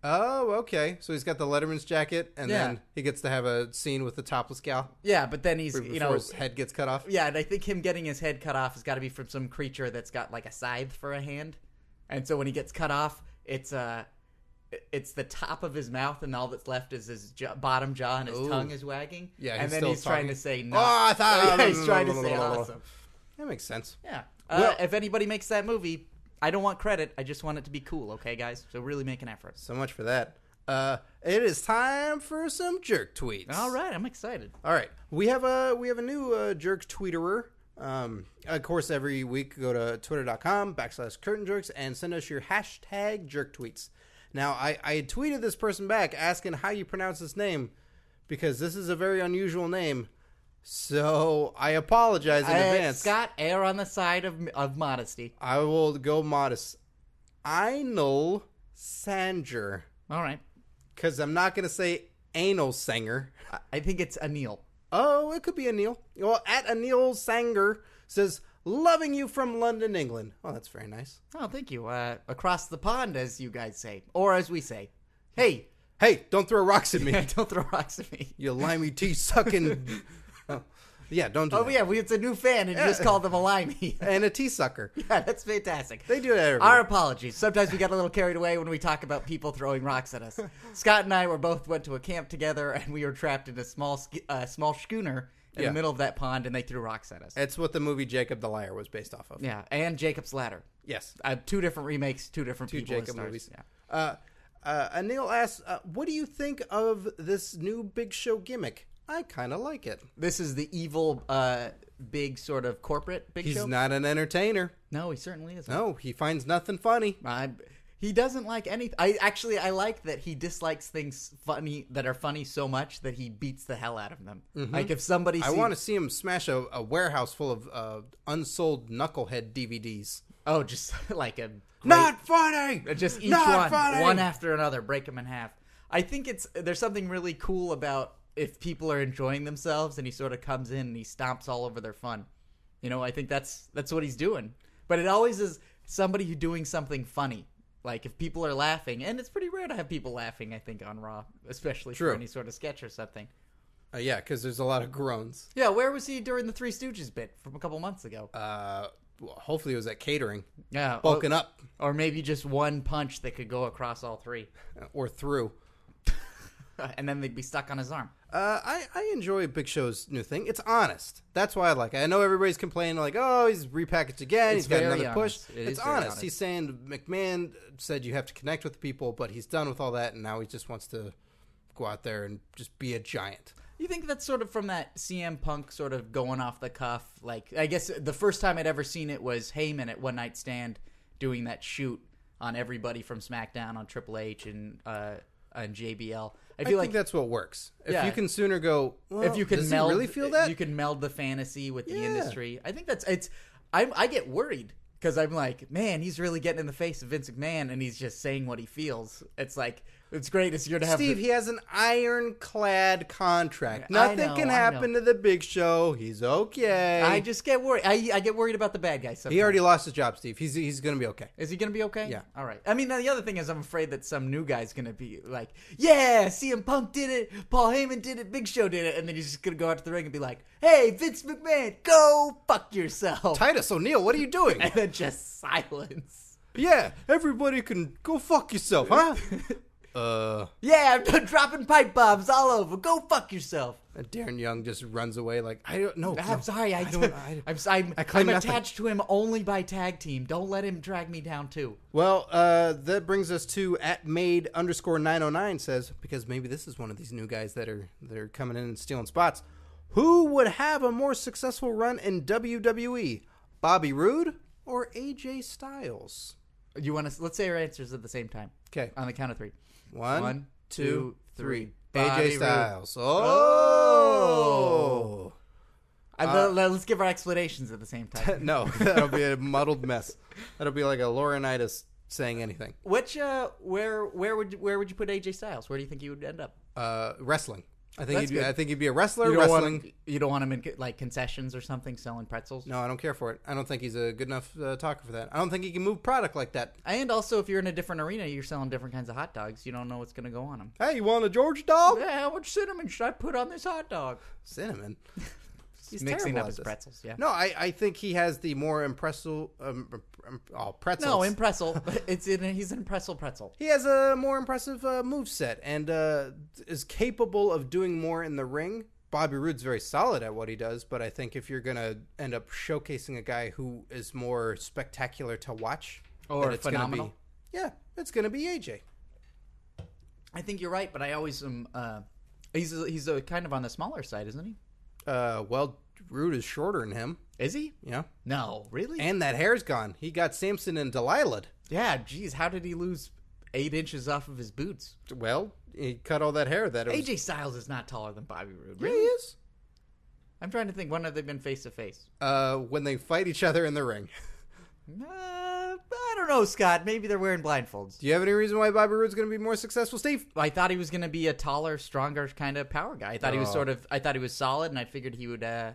[SPEAKER 1] Oh, okay. So he's got the Letterman's jacket, and
[SPEAKER 2] Yeah.
[SPEAKER 1] then he gets to have a scene with the topless gal
[SPEAKER 2] Yeah, but then he's
[SPEAKER 1] before
[SPEAKER 2] you know
[SPEAKER 1] his head gets cut off.
[SPEAKER 2] yeah, and I think him getting his head cut off has got to be from some creature that's got like a scythe for a hand, and so when he gets cut off, it's uh it's the top of his mouth, and all that's left is his jo- bottom jaw, and his
[SPEAKER 1] Ooh.
[SPEAKER 2] tongue is wagging.
[SPEAKER 1] Yeah,
[SPEAKER 2] and
[SPEAKER 1] he's
[SPEAKER 2] then
[SPEAKER 1] still
[SPEAKER 2] he's trying
[SPEAKER 1] talking.
[SPEAKER 2] to say no.
[SPEAKER 1] Oh, I thought-
[SPEAKER 2] *laughs* yeah,
[SPEAKER 1] *laughs*
[SPEAKER 2] he's trying to say awesome.
[SPEAKER 1] That makes sense.
[SPEAKER 2] Yeah. Uh,
[SPEAKER 1] Well-
[SPEAKER 2] if anybody makes that movie, I don't want credit. I just want it to be cool, okay, guys? So really make an effort.
[SPEAKER 1] So much for that. Uh, it is time for some jerk tweets.
[SPEAKER 2] All right, I'm excited.
[SPEAKER 1] All right, we have a we have a new uh, jerk tweeterer. Um, of course, every week go to twitter.com backslash curtain jerks and send us your hashtag jerk tweets. Now, I, I had tweeted this person back asking how you pronounce this name because this is a very unusual name. So I apologize in
[SPEAKER 2] Uh,
[SPEAKER 1] advance.
[SPEAKER 2] Scott, err on the side of of modesty.
[SPEAKER 1] I will go modest. Einal Sanger.
[SPEAKER 2] All right.
[SPEAKER 1] Because I'm not going to say anal Sanger.
[SPEAKER 2] I- I think it's Anil.
[SPEAKER 1] Oh, it could be Anil. Well, at Anil Sanger says, Loving you from London, England. Oh, that's very nice.
[SPEAKER 2] Oh, thank you. Uh, across the pond, as you guys say, or as we say,
[SPEAKER 1] *laughs*
[SPEAKER 2] hey,
[SPEAKER 1] Hey, don't throw rocks at
[SPEAKER 2] *laughs*
[SPEAKER 1] me,
[SPEAKER 2] don't throw rocks at me.
[SPEAKER 1] you limey tea sucking.
[SPEAKER 2] *laughs*
[SPEAKER 1] oh, yeah, don't do
[SPEAKER 2] Oh
[SPEAKER 1] that.
[SPEAKER 2] yeah, we, it's a new fan, and you just called them a limey. *laughs*
[SPEAKER 1] And a tea sucker.
[SPEAKER 2] yeah, that's fantastic.
[SPEAKER 1] They do that every
[SPEAKER 2] Our apologies. Sometimes we got a little carried away when we talk about people throwing rocks at
[SPEAKER 1] *laughs*
[SPEAKER 2] us. Scott and I were both went to a camp together, and we were trapped in a small sk- uh, small schooner in
[SPEAKER 1] Yeah.
[SPEAKER 2] the middle of that pond, and they threw rocks at us.
[SPEAKER 1] It's what the movie Jacob the Liar was based off of.
[SPEAKER 2] yeah, and Jacob's Ladder.
[SPEAKER 1] Yes.
[SPEAKER 2] Uh, two different remakes, two different
[SPEAKER 1] two
[SPEAKER 2] people as
[SPEAKER 1] Jacob
[SPEAKER 2] stars.
[SPEAKER 1] movies.
[SPEAKER 2] Yeah.
[SPEAKER 1] Uh, uh, Anil asks, uh, "What do you think of this new Big Show gimmick? I kind of like it.
[SPEAKER 2] This is the evil, uh, big sort of corporate big
[SPEAKER 1] He's
[SPEAKER 2] show.
[SPEAKER 1] not an entertainer.
[SPEAKER 2] no, he certainly isn't.
[SPEAKER 1] No, he finds nothing funny.
[SPEAKER 2] I, he doesn't like anything. I actually I like that he dislikes things funny that are funny so much that he beats the hell out of them. Like if somebody
[SPEAKER 1] Mm-hmm. I
[SPEAKER 2] sees-
[SPEAKER 1] want to see him smash a, a warehouse full of uh, unsold knucklehead DVDs.
[SPEAKER 2] oh just *laughs* like a
[SPEAKER 1] Not funny.
[SPEAKER 2] great- just each
[SPEAKER 1] Not
[SPEAKER 2] one
[SPEAKER 1] funny!
[SPEAKER 2] one after another break them in half. I think it's there's something really cool about if people are enjoying themselves and he sort of comes in and he stomps all over their fun. You know, I think that's that's what he's doing. But it always is somebody who doing something funny. Like if people are laughing, and it's pretty rare to have people laughing. I think on Raw, especially
[SPEAKER 1] True.
[SPEAKER 2] for any sort of sketch or something.
[SPEAKER 1] Uh, yeah, because there's a lot of groans.
[SPEAKER 2] Yeah, where was he during the Three Stooges bit from a couple months ago?
[SPEAKER 1] Uh, well, hopefully, it was at catering,
[SPEAKER 2] yeah, or,
[SPEAKER 1] bulking up
[SPEAKER 2] or maybe just one punch that could go across all three, *laughs*
[SPEAKER 1] uh, or through.
[SPEAKER 2] and then they'd be stuck on his arm.
[SPEAKER 1] Uh, I, I enjoy Big Show's new thing. It's honest. That's why I like it. I know everybody's complaining, like, oh, he's repackaged again.
[SPEAKER 2] It's
[SPEAKER 1] he's got
[SPEAKER 2] very
[SPEAKER 1] another push.
[SPEAKER 2] honest. It
[SPEAKER 1] it's
[SPEAKER 2] is very
[SPEAKER 1] honest.
[SPEAKER 2] honest.
[SPEAKER 1] He's saying McMahon said you have to connect with people, but he's done with all that, and now he just wants to go out there and just be a giant.
[SPEAKER 2] You think that's sort of from that CM Punk sort of going off the cuff? Like, I guess the first time I'd ever seen it was Heyman at One Night Stand doing that shoot on everybody from SmackDown on Triple H and uh, and JBL. I
[SPEAKER 1] I
[SPEAKER 2] feel
[SPEAKER 1] think
[SPEAKER 2] like
[SPEAKER 1] that's what works. If
[SPEAKER 2] Yeah.
[SPEAKER 1] you can sooner go, well,
[SPEAKER 2] if you can
[SPEAKER 1] does he
[SPEAKER 2] meld,
[SPEAKER 1] really feel that?
[SPEAKER 2] you can meld the fantasy with the
[SPEAKER 1] Yeah.
[SPEAKER 2] industry. I think that's it's. I'm, I get worried because I'm like, man, he's really getting in the face of Vince McMahon, and he's just saying what he feels. It's like it's great. It's you're to have
[SPEAKER 1] Steve,
[SPEAKER 2] the-
[SPEAKER 1] he has an ironclad contract.
[SPEAKER 2] Yeah, I
[SPEAKER 1] Nothing
[SPEAKER 2] know,
[SPEAKER 1] can
[SPEAKER 2] I
[SPEAKER 1] happen to the Big Show. He's okay.
[SPEAKER 2] I just get worried. I, I get worried about the bad guy. Sometimes.
[SPEAKER 1] he already lost his job, Steve. He's he's gonna be okay.
[SPEAKER 2] Is he gonna be okay?
[SPEAKER 1] Yeah.
[SPEAKER 2] All right. I mean, now the other thing is, I'm afraid that some new guy's gonna be like, "Yeah, CM Punk did it, Paul Heyman did it, Big Show did it," and then he's just gonna go out to the ring and be like, "Hey, Vince McMahon, go fuck yourself,"
[SPEAKER 1] Titus O'Neil, what are you *laughs* doing?
[SPEAKER 2] *laughs* and then just silence.
[SPEAKER 1] Yeah, everybody can go fuck yourself, huh? *laughs* uh,
[SPEAKER 2] Yeah, I'm done dropping pipe bombs all over. Go fuck yourself.
[SPEAKER 1] Darren Young just runs away like I don't know.
[SPEAKER 2] I'm
[SPEAKER 1] no,
[SPEAKER 2] sorry. I,
[SPEAKER 1] don't. I,
[SPEAKER 2] am I'm,
[SPEAKER 1] I claim
[SPEAKER 2] I'm
[SPEAKER 1] nothing.
[SPEAKER 2] attached to him only by tag team. Don't let him drag me down too.
[SPEAKER 1] well, uh, that brings us to at made underscore nine oh nine says because maybe this is one of these new guys that are that are coming in and stealing spots. Who would have a more successful run in WWE, Bobby Roode or AJ Styles?
[SPEAKER 2] You want to? Let's say our answers at the same time.
[SPEAKER 1] 'Kay.
[SPEAKER 2] On the count of three.
[SPEAKER 1] One,
[SPEAKER 2] Uh, One,
[SPEAKER 1] two,
[SPEAKER 2] two,
[SPEAKER 1] three.
[SPEAKER 2] three.
[SPEAKER 1] AJ
[SPEAKER 2] Bobby Roode.
[SPEAKER 1] Styles. oh.
[SPEAKER 2] Oh.
[SPEAKER 1] Uh,
[SPEAKER 2] I, let- let, us give our explanations at the same
[SPEAKER 1] *laughs*
[SPEAKER 2] time.
[SPEAKER 1] no, that'll be a muddled mess. That'll be like a Laurinaitis saying anything.
[SPEAKER 2] Which uh, where where would you, where would you put AJ Styles? Where do you think he would end up?
[SPEAKER 1] Uh, wrestling. I think
[SPEAKER 2] That's
[SPEAKER 1] he'd be,
[SPEAKER 2] good.
[SPEAKER 1] I think he'd be a wrestler.
[SPEAKER 2] You don't
[SPEAKER 1] wrestling.
[SPEAKER 2] want him, you don't want him in co- like concessions or something selling pretzels.
[SPEAKER 1] No, I don't care for it. I don't think he's a good enough uh, talker for that. I don't think he can move product like that.
[SPEAKER 2] And also, if you're in a different arena, you're selling different kinds of hot dogs. You don't know what's going to go on them.
[SPEAKER 1] Hey, you want a George dog?
[SPEAKER 2] Yeah, how much cinnamon should I put on this hot dog?
[SPEAKER 1] Cinnamon.
[SPEAKER 2] He's
[SPEAKER 1] Mixing
[SPEAKER 2] terrible
[SPEAKER 1] up
[SPEAKER 2] at his
[SPEAKER 1] this.
[SPEAKER 2] pretzels. Yeah.
[SPEAKER 1] No, I, I think he has the more impressive um, um, oh, pretzels.
[SPEAKER 2] No, in pretzel. *laughs* it's in. He's an pretzel pretzel.
[SPEAKER 1] he has a more impressive uh, move set and uh, is capable of doing more in the ring. Bobby Roode's very solid at what he does, but I think if you're gonna end up showcasing a guy who is more spectacular to watch,
[SPEAKER 2] Or
[SPEAKER 1] then it's gonna
[SPEAKER 2] phenomenal.
[SPEAKER 1] be, yeah, it's gonna be AJ.
[SPEAKER 2] I think you're right, but I always am. Uh, he's he's uh kind of on the smaller side, isn't he?
[SPEAKER 1] Uh, well, Roode is shorter than him,
[SPEAKER 2] Is he?
[SPEAKER 1] you know,
[SPEAKER 2] No, really?
[SPEAKER 1] and that hair's gone. He got Samson and Delilah.
[SPEAKER 2] yeah. Geez, how did he lose eight inches off of his boots?
[SPEAKER 1] Well, he cut all that hair. That it was,
[SPEAKER 2] AJ Styles is not taller than Bobby Roode.
[SPEAKER 1] Yeah, he
[SPEAKER 2] Really?
[SPEAKER 1] is.
[SPEAKER 2] I'm trying to think. When have they been face to face?
[SPEAKER 1] Uh, when they fight each other in the ring.
[SPEAKER 2] Uh, I don't know, Scott. Maybe they're wearing blindfolds.
[SPEAKER 1] Do you have any reason why Bobby Roode's gonna be more successful, Steve?
[SPEAKER 2] I thought he was going to be a taller, stronger kind of power guy. I thought he was
[SPEAKER 1] Oh.
[SPEAKER 2] sort of. I thought he was solid, and I figured he would. Uh,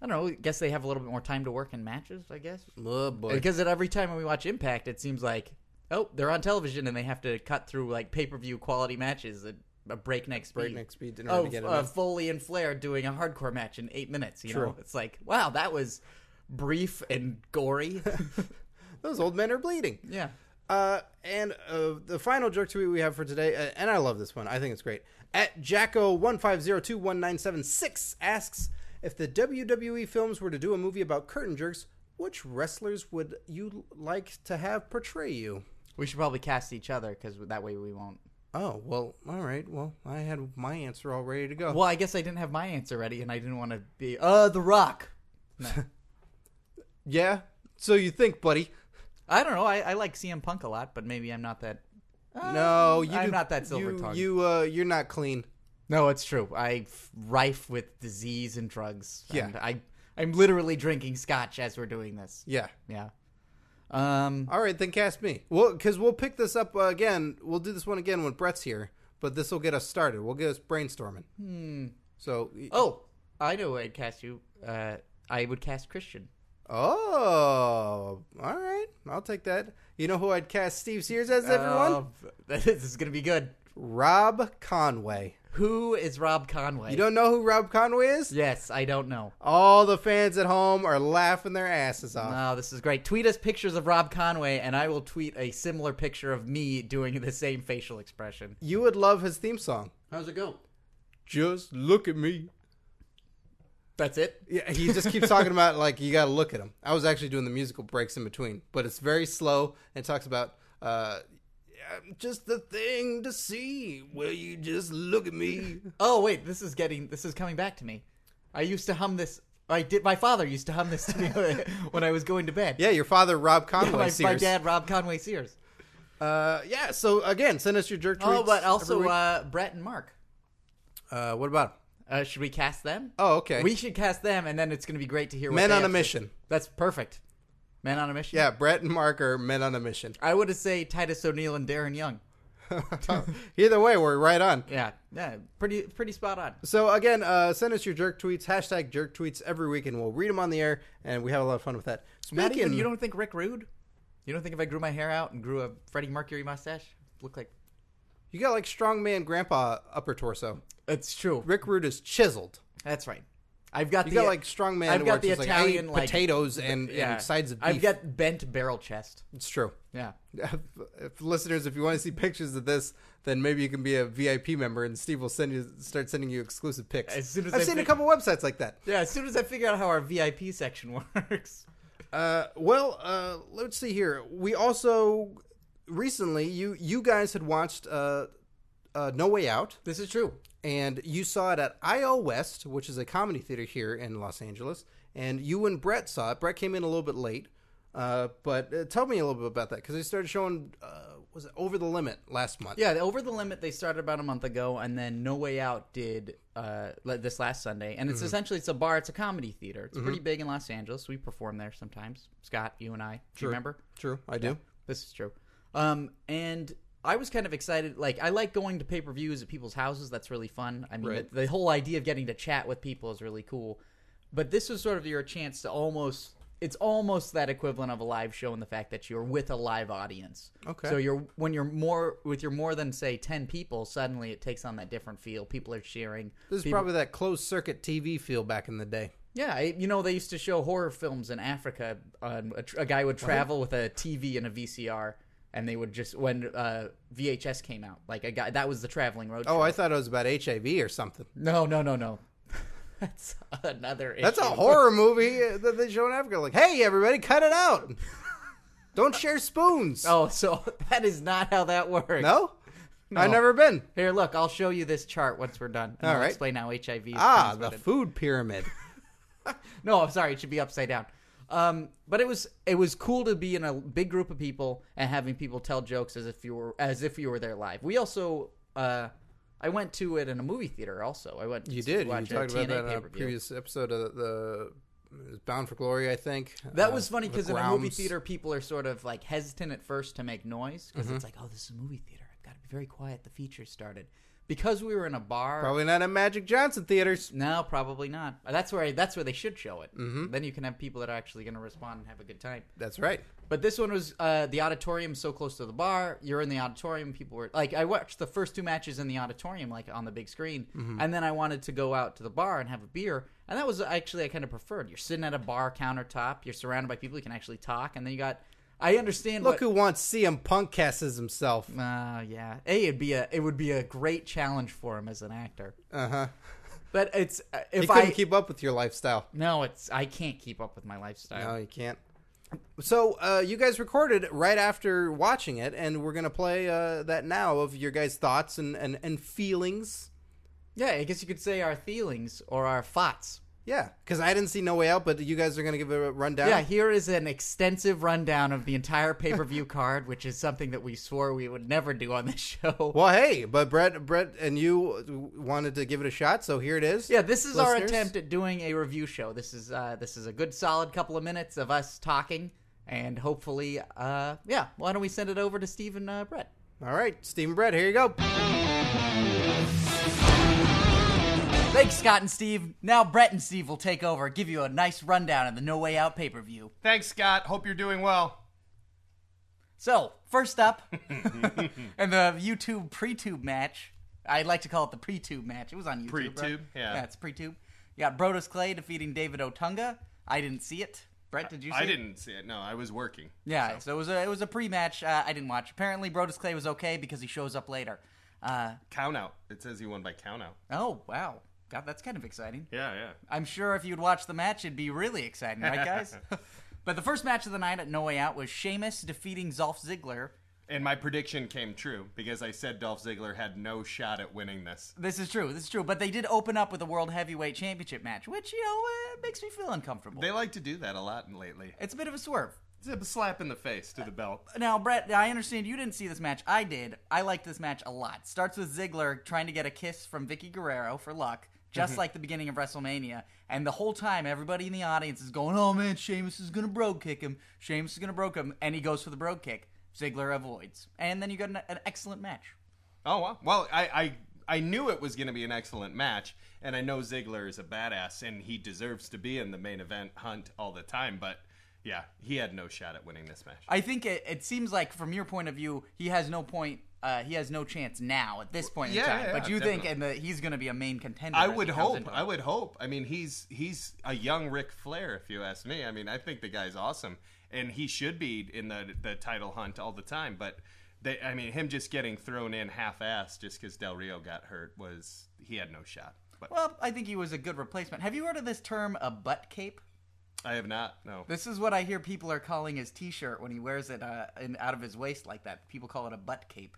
[SPEAKER 2] I don't know. I guess they have a little bit more time to work in matches. I guess
[SPEAKER 1] Oh boy.
[SPEAKER 2] because at every time when we watch Impact, it seems like oh they're on television and they have to cut through like pay per view quality matches at a breakneck speed.
[SPEAKER 1] Breakneck speed in order
[SPEAKER 2] Oh,
[SPEAKER 1] to get
[SPEAKER 2] uh,
[SPEAKER 1] enough.
[SPEAKER 2] Foley and Flair doing a hardcore match in eight minutes. You
[SPEAKER 1] True.
[SPEAKER 2] know, it's like wow, that was brief and
[SPEAKER 1] *laughs*
[SPEAKER 2] gory.
[SPEAKER 1] Those old men are bleeding.
[SPEAKER 2] yeah.
[SPEAKER 1] Uh, and uh, the final jerk tweet we have for today, uh, and I love this one. I think it's great. At Jacko one five zero two one nine seven six asks if the WWE films were to do a movie about curtain jerks, which wrestlers would you like to have portray you?
[SPEAKER 2] We should probably cast each other because that way we won't.
[SPEAKER 1] Oh well, all right. Well, I had my answer all ready to go.
[SPEAKER 2] Well, I guess I didn't have my answer ready, and I didn't want to be uh the Rock. No.
[SPEAKER 1] Yeah. So you think, buddy?
[SPEAKER 2] I don't know. I, I like CM Punk a lot, but maybe I'm not that. Uh,
[SPEAKER 1] No, you
[SPEAKER 2] I'm
[SPEAKER 1] do-
[SPEAKER 2] not that silver
[SPEAKER 1] you,
[SPEAKER 2] tongue.
[SPEAKER 1] You uh, you're not clean.
[SPEAKER 2] No, it's true. I f- rife with disease and drugs.
[SPEAKER 1] Yeah.
[SPEAKER 2] and I I'm literally drinking scotch as we're doing this.
[SPEAKER 1] Yeah.
[SPEAKER 2] Yeah. Um.
[SPEAKER 1] All right, then cast me. Well, because we'll pick this up uh, again. We'll do this one again when Brett's here, but this will get us started. We'll get us brainstorming. Hmm. So, oh,
[SPEAKER 2] Oh, I know. who I'd cast you. Uh, I would cast Christian.
[SPEAKER 1] Oh, all right. I'll take that. You know who I'd cast Steve Sears as, everyone?
[SPEAKER 2] Uh, *laughs* this is gonna be good.
[SPEAKER 1] Rob Conway.
[SPEAKER 2] Who is Rob Conway?
[SPEAKER 1] You don't know who Rob Conway is?
[SPEAKER 2] yes, I don't know.
[SPEAKER 1] All the fans at home are laughing their asses off.
[SPEAKER 2] Wow, Uh, this is great. Tweet us pictures of Rob Conway, and I will tweet a similar picture of me doing the same facial expression.
[SPEAKER 1] You would love his theme song.
[SPEAKER 2] How's it go?
[SPEAKER 1] Just look at me.
[SPEAKER 2] That's it.
[SPEAKER 1] Yeah, he just keeps talking about like you got to look at him. I was actually doing the musical breaks in between, but it's very slow and talks about uh, "I'm just the thing to see. Will you just look at me?
[SPEAKER 2] *laughs* Oh wait, this is getting this is coming back to me. I used to hum this. I did. My father used to hum this to me *laughs* when I was going to bed.
[SPEAKER 1] yeah, your father
[SPEAKER 2] *laughs*
[SPEAKER 1] Rob Conway.
[SPEAKER 2] my, my
[SPEAKER 1] Sears.
[SPEAKER 2] dad, Rob Conway Sears.
[SPEAKER 1] Uh, yeah. So again, send us your jerk tweets.
[SPEAKER 2] oh, but also
[SPEAKER 1] every week.
[SPEAKER 2] uh, Brett and Mark.
[SPEAKER 1] uh, what about? 'em?
[SPEAKER 2] Uh, should we cast them?
[SPEAKER 1] Oh, okay.
[SPEAKER 2] We should cast them, and then it's going to be great to hear. What
[SPEAKER 1] men
[SPEAKER 2] they
[SPEAKER 1] on
[SPEAKER 2] have
[SPEAKER 1] a
[SPEAKER 2] to-
[SPEAKER 1] mission.
[SPEAKER 2] That's perfect. Men on a mission.
[SPEAKER 1] Yeah, Brett and Mark are men on a mission. *laughs*
[SPEAKER 2] I would say Titus O'Neil and Darren Young.
[SPEAKER 1] Either way, we're right on.
[SPEAKER 2] Yeah, yeah, pretty pretty spot on.
[SPEAKER 1] So again, uh, send us your jerk tweets, hashtag jerk tweets every week, and we'll read them on the air, and we have a lot of fun with that. Speaking,
[SPEAKER 2] Not even, you don't think Rick Rude? You don't think if I grew my hair out and grew a Freddie Mercury mustache, look like?
[SPEAKER 1] You got like strongman grandpa upper torso.
[SPEAKER 2] It's true.
[SPEAKER 1] Rick Rude is chiseled.
[SPEAKER 2] That's right. I've got
[SPEAKER 1] You
[SPEAKER 2] the
[SPEAKER 1] got like strongman.
[SPEAKER 2] I've
[SPEAKER 1] where
[SPEAKER 2] got
[SPEAKER 1] it's
[SPEAKER 2] the
[SPEAKER 1] just, like, I
[SPEAKER 2] Italian,
[SPEAKER 1] eat
[SPEAKER 2] like-
[SPEAKER 1] potatoes and,
[SPEAKER 2] yeah.
[SPEAKER 1] and sides of beef.
[SPEAKER 2] I've got bent barrel chest.
[SPEAKER 1] it's true. *laughs*
[SPEAKER 2] Yeah.
[SPEAKER 1] If- listeners, if you want to see pictures of this, then maybe you can be a VIP member, and Steve will send you start sending you exclusive pics.
[SPEAKER 2] As soon as
[SPEAKER 1] I've
[SPEAKER 2] I
[SPEAKER 1] seen a
[SPEAKER 2] fig-
[SPEAKER 1] couple websites like that.
[SPEAKER 2] Yeah. As soon as I figure out how our VIP section *laughs* works.
[SPEAKER 1] Uh, well, uh, let's see here. We also recently you you guys had watched uh, uh, No Way Out.
[SPEAKER 2] This is true.
[SPEAKER 1] and you saw it at IO West, which is a comedy theater here in Los Angeles. And you and Brett saw it. Brett came in a little bit late, uh, but uh, tell me a little bit about that because they started showing uh, was it Over the Limit last month?
[SPEAKER 2] Yeah. the Over the limit they started about a month ago, and then No Way Out did uh, like this last Sunday, and it's essentially it's a bar, it's a comedy theater. It's pretty big in Los Angeles. We perform there sometimes. Scott, you and I. Do you remember?
[SPEAKER 1] true, I do.
[SPEAKER 2] This is true. Um, and I was kind of excited. Like, I like going to pay per views at people's houses. That's really fun. I mean,
[SPEAKER 1] Right.
[SPEAKER 2] the, the whole idea of getting to chat with people is really cool. But this was sort of your chance to almost. It's almost that equivalent of a live show in the fact that you're with a live audience.
[SPEAKER 1] Okay.
[SPEAKER 2] So you're when you're more with your more than say ten people, suddenly it takes on that different feel. People are cheering.
[SPEAKER 1] This is
[SPEAKER 2] People-
[SPEAKER 1] probably that closed circuit TV feel back in the day.
[SPEAKER 2] yeah, I, you know they used to show horror films in Africa. On a, tr- a guy
[SPEAKER 1] Oh,
[SPEAKER 2] would travel with a TV and a VCR, and they would just when uh, VHS came out, like a guy that was the traveling road.
[SPEAKER 1] Oh,
[SPEAKER 2] trip.
[SPEAKER 1] I thought it was about HIV or something.
[SPEAKER 2] no, no, no, no. *laughs* That's another. Issue.
[SPEAKER 1] That's a horror movie uh, that they show in Africa. Like, hey, everybody, cut it out! Don't share spoons.
[SPEAKER 2] *laughs* Oh, so *laughs* that is not how that works.
[SPEAKER 1] no, I've never been.
[SPEAKER 2] Here, look. I'll show you this chart once we're done. And
[SPEAKER 1] All
[SPEAKER 2] I'll
[SPEAKER 1] right.
[SPEAKER 2] Explain how HIV. Is
[SPEAKER 1] Ah, the
[SPEAKER 2] transmitted.
[SPEAKER 1] food
[SPEAKER 2] *laughs*
[SPEAKER 1] pyramid.
[SPEAKER 2] No, I'm sorry. It should be upside down. Um, but it was it was cool to be in a big group of people and having people tell jokes as if you were as if you were there live. We also uh, I went to it in a movie theater. Also, I went.
[SPEAKER 1] You
[SPEAKER 2] to
[SPEAKER 1] did. You
[SPEAKER 2] watch
[SPEAKER 1] talked
[SPEAKER 2] a
[SPEAKER 1] about
[SPEAKER 2] TNA
[SPEAKER 1] that in a
[SPEAKER 2] pay-per-view.
[SPEAKER 1] previous episode of the it was Bound for Glory, I think.
[SPEAKER 2] That
[SPEAKER 1] uh,
[SPEAKER 2] was funny
[SPEAKER 1] with
[SPEAKER 2] because in a movie
[SPEAKER 1] Grounds.
[SPEAKER 2] theater, people are sort of like
[SPEAKER 1] Mm-hmm.
[SPEAKER 2] hesitant at first to make noise because it's like, oh, this is a movie theater. I've got to be very quiet. The feature's started. because we were in a bar.
[SPEAKER 1] Probably not at Magic Johnson theaters.
[SPEAKER 2] No, probably not. That's where that's where they should show it. Mm-hmm. Then you can have people that are actually going to respond and have a good time.
[SPEAKER 1] That's right.
[SPEAKER 2] But this one was uh, the auditorium so close to the bar. You're in the auditorium. People were like, I watched the first two matches in the auditorium, like on the big screen,
[SPEAKER 1] Mm-hmm.
[SPEAKER 2] and then I wanted to go out to the bar and have a beer. And that was actually I kind of preferred. You're sitting at a bar countertop. You're surrounded by people. You can actually talk, and then you got. I understand.
[SPEAKER 1] Look
[SPEAKER 2] what,
[SPEAKER 1] who wants CM Punk casts himself.
[SPEAKER 2] Uh, yeah. A, it'd be a it would be a great challenge for him as an actor.
[SPEAKER 1] Uh huh.
[SPEAKER 2] But it's uh, if
[SPEAKER 1] You
[SPEAKER 2] I
[SPEAKER 1] couldn't keep up with your lifestyle.
[SPEAKER 2] no, it's I can't keep up with my lifestyle.
[SPEAKER 1] No, you can't. So uh, you guys recorded right after watching it, and we're gonna play uh, that now of your guys' thoughts and, and, and feelings.
[SPEAKER 2] Yeah, I guess you could say our feelings or our thoughts.
[SPEAKER 1] Yeah, because I didn't see No Way Out, but you guys are gonna give a rundown.
[SPEAKER 2] Yeah, here is an extensive rundown of the entire pay per view *laughs* card, which is something that we swore we would never do on this *laughs* show.
[SPEAKER 1] Well, hey, but Brett, Brett, and you wanted to give it a shot, so here it is.
[SPEAKER 2] Yeah, this is our
[SPEAKER 1] Listeners?
[SPEAKER 2] attempt at doing a review show. This is uh, this is a good solid couple of minutes of us talking, and hopefully, uh, yeah. Why don't we send it over to Steve and uh, Brett?
[SPEAKER 1] All right, Steve and Brett, here you go.
[SPEAKER 2] Thanks, Scott and Steve. Now Brett and Steve will take over, give you a nice rundown of the No Way Out pay per view.
[SPEAKER 4] Thanks, Scott. Hope you're doing well.
[SPEAKER 2] So, first
[SPEAKER 4] *laughs*
[SPEAKER 2] up, *laughs* in the YouTube pre-tube match, I'd like to call it the pre-tube match. It was on YouTube. right?
[SPEAKER 4] Pre-tube, yeah.
[SPEAKER 2] Yeah, it's pre-tube. You got Brodus Clay defeating David Otunga. I didn't see it. Brett, did you see
[SPEAKER 4] I
[SPEAKER 2] it?
[SPEAKER 4] didn't see it. No, I was working.
[SPEAKER 2] Yeah, so, it was a it was a pre-match. Uh, I didn't watch. Apparently, Brodus Clay was okay because he shows up later. Uh,
[SPEAKER 4] Count out. It says he won by count out.
[SPEAKER 2] oh wow, God, that's kind of exciting.
[SPEAKER 4] Yeah, yeah.
[SPEAKER 2] I'm sure if you'd watch the match, it'd be really exciting, right,
[SPEAKER 4] *laughs*
[SPEAKER 2] guys? but the first match of the night at No Way Out was Sheamus defeating Zolph Ziggler.
[SPEAKER 4] And my prediction came true because I said Dolph Ziggler had no shot at winning this.
[SPEAKER 2] This is true. This is true. But they did open up with a World Heavyweight Championship match, which you know uh, makes me feel uncomfortable.
[SPEAKER 4] They like to do that a lot lately.
[SPEAKER 2] it's a bit of a swerve.
[SPEAKER 4] It's a slap in the face to the belt.
[SPEAKER 2] Now, Brett, I understand you didn't see this match. I did. I liked this match a lot. Starts with Ziggler trying to get a kiss from Vicky Guerrero for luck, just like the beginning of WrestleMania. And the whole time, everybody in the audience is going, "Oh man, Sheamus is gonna bro kick him. Sheamus is gonna bro kick him," and he goes for the bro kick. Ziggler avoids, and then you got an, an excellent match.
[SPEAKER 4] Oh wow. Well, I I, I knew it was going to be an excellent match, and I know Ziggler is a badass, and he deserves to be in the main event hunt all the time. But yeah, he had no shot at winning this match.
[SPEAKER 2] I think it, it seems like, from your point of view, he has no point. Uh, he has no chance now at this point
[SPEAKER 4] Yeah,
[SPEAKER 2] in time.
[SPEAKER 4] yeah,
[SPEAKER 2] but you think,
[SPEAKER 4] definitely.
[SPEAKER 2] and the, he's going to be a main contender.
[SPEAKER 4] I
[SPEAKER 2] as
[SPEAKER 4] would
[SPEAKER 2] he comes
[SPEAKER 4] hope.
[SPEAKER 2] into
[SPEAKER 4] I
[SPEAKER 2] it.
[SPEAKER 4] would hope. I mean, he's he's a young Ric Flair, if you ask me. I mean, I think the guy's awesome, and he should be in the the title hunt all the time. But they, I mean, him just getting thrown in half-assed just because Del Rio got hurt was he had no shot. But
[SPEAKER 2] Well, I think he was a good replacement. Have you heard of this term, a butt cape?
[SPEAKER 4] I have not. No.
[SPEAKER 2] This is what I hear people are calling his T-shirt when he wears it uh, in, out of his waist like that. People call it a butt cape.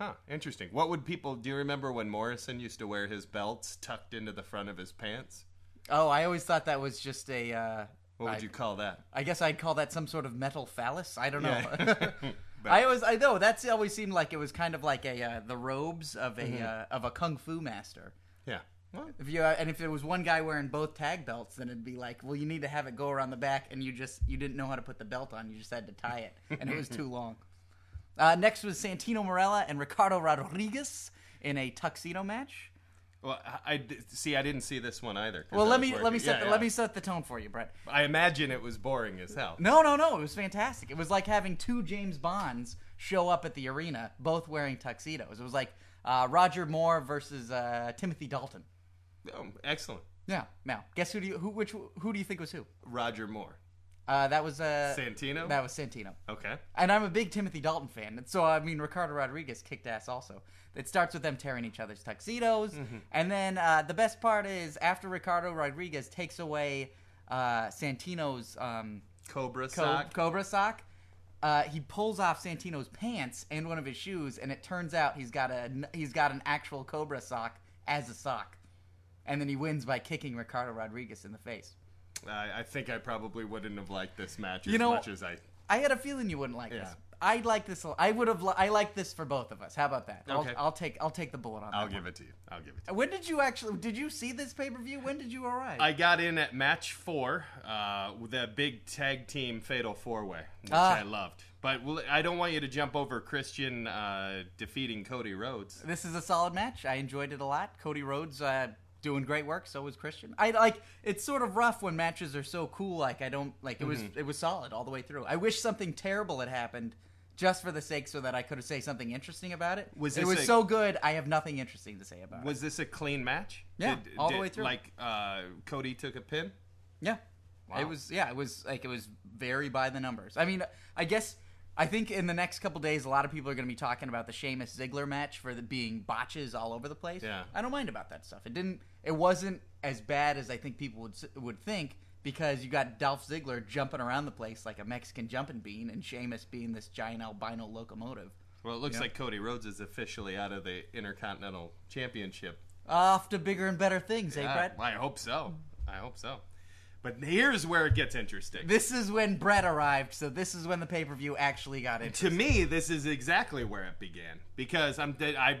[SPEAKER 4] Huh. Interesting. What would people do? You remember when Morrison used to wear his belts tucked into the front of his pants?
[SPEAKER 2] Oh, I always thought that was just a. Uh,
[SPEAKER 4] What would
[SPEAKER 2] I-
[SPEAKER 4] you call that?
[SPEAKER 2] I guess I'd call that some sort of metal phallus. I don't know. *laughs*
[SPEAKER 4] Yeah. But-
[SPEAKER 2] I always, I know that's always seemed like it was kind of like a uh, the robes of a
[SPEAKER 4] Mm-hmm.
[SPEAKER 2] uh, of a kung fu master.
[SPEAKER 4] Yeah. Well,
[SPEAKER 2] If you uh, and if there was one guy wearing both tag belts, then it'd be like, well, you need to have it go around the back, and you just you didn't know how to put the belt on, you just had to tie it, and it
[SPEAKER 4] *laughs*
[SPEAKER 2] was too long. Uh, next was Santino Morella and Ricardo Rodriguez in a tuxedo match.
[SPEAKER 4] well, I- I d- see. I didn't see this one either. 'cause
[SPEAKER 2] Well,
[SPEAKER 4] I
[SPEAKER 2] let
[SPEAKER 4] was
[SPEAKER 2] me let
[SPEAKER 4] working.
[SPEAKER 2] me set
[SPEAKER 4] Yeah,
[SPEAKER 2] the,
[SPEAKER 4] yeah.
[SPEAKER 2] let me set the tone for you, Brett.
[SPEAKER 4] I imagine it was boring as hell.
[SPEAKER 2] No, no, no, it was fantastic. It was like having two James Bonds show up at the arena, both wearing tuxedos. It was like uh, Roger Moore versus uh, Timothy Dalton.
[SPEAKER 4] Oh, excellent.
[SPEAKER 2] Yeah. Now, guess who do you who which who do you think was who?
[SPEAKER 4] Roger Moore.
[SPEAKER 2] Uh, that was uh,
[SPEAKER 4] Santino?
[SPEAKER 2] That was Santino.
[SPEAKER 4] Okay.
[SPEAKER 2] And I'm a big Timothy Dalton fan, so I mean Ricardo Rodriguez kicked ass also. It starts with them tearing each other's tuxedos,
[SPEAKER 4] Mm-hmm.
[SPEAKER 2] and then uh, the best part is after Ricardo Rodriguez takes away uh, Santino's um,
[SPEAKER 4] Cobra
[SPEAKER 2] co-
[SPEAKER 4] sock.
[SPEAKER 2] Cobra sock. Uh, he pulls off Santino's pants and one of his shoes, and it turns out he's got a he's got an actual Cobra sock as a sock, and then he wins by kicking Ricardo Rodriguez in the face.
[SPEAKER 4] I, I think I probably wouldn't have liked this match
[SPEAKER 2] You
[SPEAKER 4] as
[SPEAKER 2] know-
[SPEAKER 4] much as I.
[SPEAKER 2] I had a feeling you wouldn't like this.
[SPEAKER 4] Yeah.
[SPEAKER 2] I like this. a- I would have. li- I like this for both of us. How about that?
[SPEAKER 4] Okay.
[SPEAKER 2] I'll, I'll take. I'll take the bullet on
[SPEAKER 4] I'll
[SPEAKER 2] that.
[SPEAKER 4] give it to you. I'll give it to
[SPEAKER 2] one.
[SPEAKER 4] you.
[SPEAKER 2] When did you actually? Did you see this pay per view? When did you arrive?
[SPEAKER 4] I got in at match four, uh, with the big tag team fatal four way, which
[SPEAKER 2] Ah.
[SPEAKER 4] I loved. But we'll- I don't want you to jump over Christian uh, defeating Cody Rhodes.
[SPEAKER 2] this is a solid match. I enjoyed it a lot. Cody Rhodes uh, doing great work. So was Christian. I like. It's sort of rough when matches are so cool. Like I don't like. It was.
[SPEAKER 4] Mm-hmm.
[SPEAKER 2] It was solid all the way through. I wish something terrible had happened. Just for the sake, so that I could say something interesting about it.
[SPEAKER 4] Was
[SPEAKER 2] it
[SPEAKER 4] this
[SPEAKER 2] was
[SPEAKER 4] a-
[SPEAKER 2] so good. I have nothing interesting to say about it.
[SPEAKER 4] Was this a clean match?
[SPEAKER 2] Yeah, all the way through.
[SPEAKER 4] Like uh, Cody took a pin.
[SPEAKER 2] Yeah.
[SPEAKER 4] Wow.
[SPEAKER 2] It was yeah, it was like it was very by the numbers. I mean, I guess I think in the next couple days a lot of people are going to be talking about the Sheamus Ziggler match for the being botches all over the place.
[SPEAKER 4] Yeah.
[SPEAKER 2] I don't mind about that stuff. It didn't it wasn't as bad as I think people would s- would think because you got Dolph Ziggler jumping around the place like a Mexican jumping bean and Sheamus being this giant albino locomotive.
[SPEAKER 4] Well, it looks like Cody Rhodes is officially out of the Intercontinental Championship.
[SPEAKER 2] Off to bigger and better things, eh,
[SPEAKER 4] Ah,
[SPEAKER 2] Brett?
[SPEAKER 4] I hope so. I hope so. But here's where it gets interesting.
[SPEAKER 2] This is when Brett arrived, so this is when the pay per view actually
[SPEAKER 4] *laughs*
[SPEAKER 2] got into.
[SPEAKER 4] to me, this is exactly where it began because I'm I,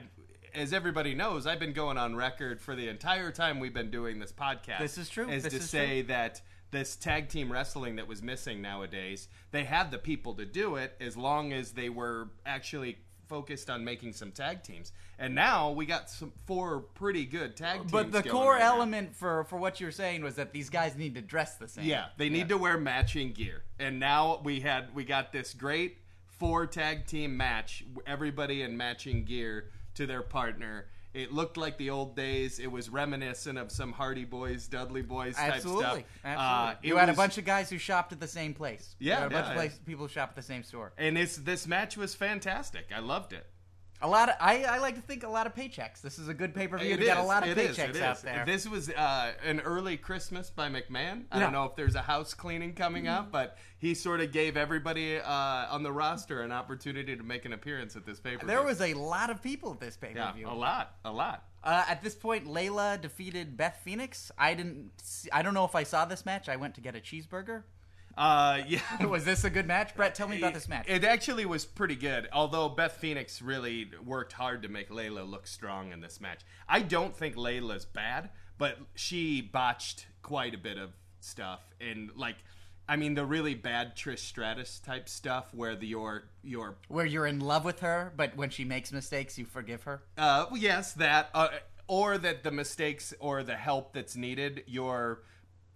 [SPEAKER 4] as everybody knows, I've been going on record for the entire time we've been doing this podcast.
[SPEAKER 2] This is true.
[SPEAKER 4] Is
[SPEAKER 2] This
[SPEAKER 4] to
[SPEAKER 2] is
[SPEAKER 4] say that this tag team wrestling that was missing nowadays, they had the people to do it as long as they were actually focused on making some tag teams. And now we got some four pretty good tag teams.
[SPEAKER 2] But the
[SPEAKER 4] going
[SPEAKER 2] core
[SPEAKER 4] right now.
[SPEAKER 2] element for for what you were saying was that these guys need to dress the same.
[SPEAKER 4] Yeah, they need to wear matching gear. And now we had we got this great four tag team match, everybody in matching gear to their partner. It looked like the old days. It was reminiscent of some Hardy Boys, Dudley Boys type
[SPEAKER 2] absolutely.
[SPEAKER 4] stuff.
[SPEAKER 2] absolutely.
[SPEAKER 4] Uh, it
[SPEAKER 2] you had
[SPEAKER 4] was-
[SPEAKER 2] a bunch of guys who shopped at the same place. You
[SPEAKER 4] Yeah,
[SPEAKER 2] had a bunch
[SPEAKER 4] yeah,
[SPEAKER 2] of
[SPEAKER 4] yeah.
[SPEAKER 2] place, people who shop at the same store.
[SPEAKER 4] and it's this match was fantastic. I loved it.
[SPEAKER 2] A lot of I, I like to think a lot of paychecks. This is a good pay per view
[SPEAKER 4] It
[SPEAKER 2] to get a
[SPEAKER 4] is,
[SPEAKER 2] lot of
[SPEAKER 4] it is,
[SPEAKER 2] paychecks
[SPEAKER 4] it
[SPEAKER 2] out
[SPEAKER 4] is.
[SPEAKER 2] there.
[SPEAKER 4] This was uh, an early Christmas by McMahon. I
[SPEAKER 2] Yeah. Mm-hmm.
[SPEAKER 4] don't know if there's a house cleaning coming up, but he sort of gave everybody uh, on the roster an opportunity to make an appearance at this paper.
[SPEAKER 2] there was a lot of people at this pay per
[SPEAKER 4] Yeah,
[SPEAKER 2] view.
[SPEAKER 4] a lot, a lot.
[SPEAKER 2] Uh, at this point, Layla defeated Beth Phoenix. I didn't. See, I don't know if I saw this match. I went to get a cheeseburger. *laughs*
[SPEAKER 4] Uh, *laughs* yeah.
[SPEAKER 2] Was this a good match, Brett? Tell me about this match.
[SPEAKER 4] It actually was pretty good, although Beth Phoenix really worked hard to make Layla look strong in this match. I don't think Layla's bad, but she botched quite a bit of stuff, and like, I mean, the really bad Trish Stratus type stuff where the, your your
[SPEAKER 2] Where you're in love with her, but when she makes mistakes, you forgive her.
[SPEAKER 4] Uh, well, yes, that, uh, or that the mistakes or the help that's needed, your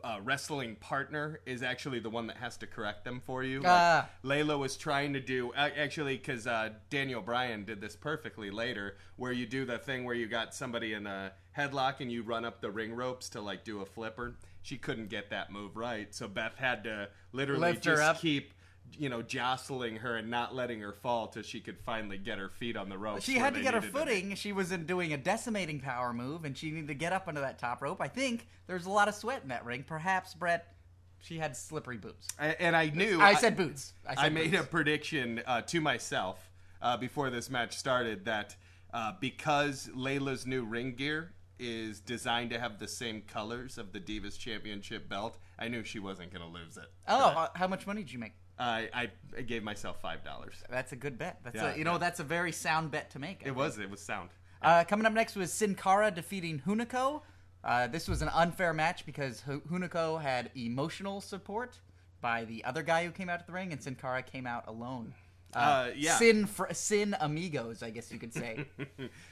[SPEAKER 4] uh, wrestling partner is actually the one that has to correct them for you. Like,
[SPEAKER 2] Ah.
[SPEAKER 4] Layla was trying to do uh, actually because uh, Daniel Bryan did this perfectly later, where you do the thing where you got somebody in a headlock and you run up the ring ropes to like do a flipper. She couldn't get that move right, so Beth had to literally
[SPEAKER 2] Lift her
[SPEAKER 4] just
[SPEAKER 2] up.
[SPEAKER 4] keep. You know, jostling her and not letting her fall till she could finally get her feet on the ropes.
[SPEAKER 2] She
[SPEAKER 4] where
[SPEAKER 2] had to
[SPEAKER 4] they
[SPEAKER 2] get her
[SPEAKER 4] needed to be.
[SPEAKER 2] footing. She was in doing a decimating power move, and she needed to get up under that top rope. I think there's a lot of sweat in that ring. Perhaps Brett, she had slippery boots.
[SPEAKER 4] I- and I knew
[SPEAKER 2] I said boots. I, said
[SPEAKER 4] I made a
[SPEAKER 2] boots.
[SPEAKER 4] prediction uh, to myself uh, before this match started that uh, because Layla's new ring gear is designed to have the same colors of the Divas Championship belt, I knew she wasn't going to lose it.
[SPEAKER 2] Oh, how- how much money did you make?
[SPEAKER 4] I, I, I gave myself five dollars.
[SPEAKER 2] That's a good bet. That's
[SPEAKER 4] Yeah,
[SPEAKER 2] a, you know
[SPEAKER 4] yeah.
[SPEAKER 2] that's a very sound bet to make. I
[SPEAKER 4] It
[SPEAKER 2] think.
[SPEAKER 4] was it was sound.
[SPEAKER 2] Uh, coming up next was Sin Cara defeating Hunico. Uh, this was an unfair match because Hu- Hunico had emotional support by the other guy who came out to the ring, and Sin Cara came out alone. Uh,
[SPEAKER 4] Uh, yeah.
[SPEAKER 2] Sin fr- Sin amigos, I guess you could
[SPEAKER 4] *laughs*
[SPEAKER 2] say.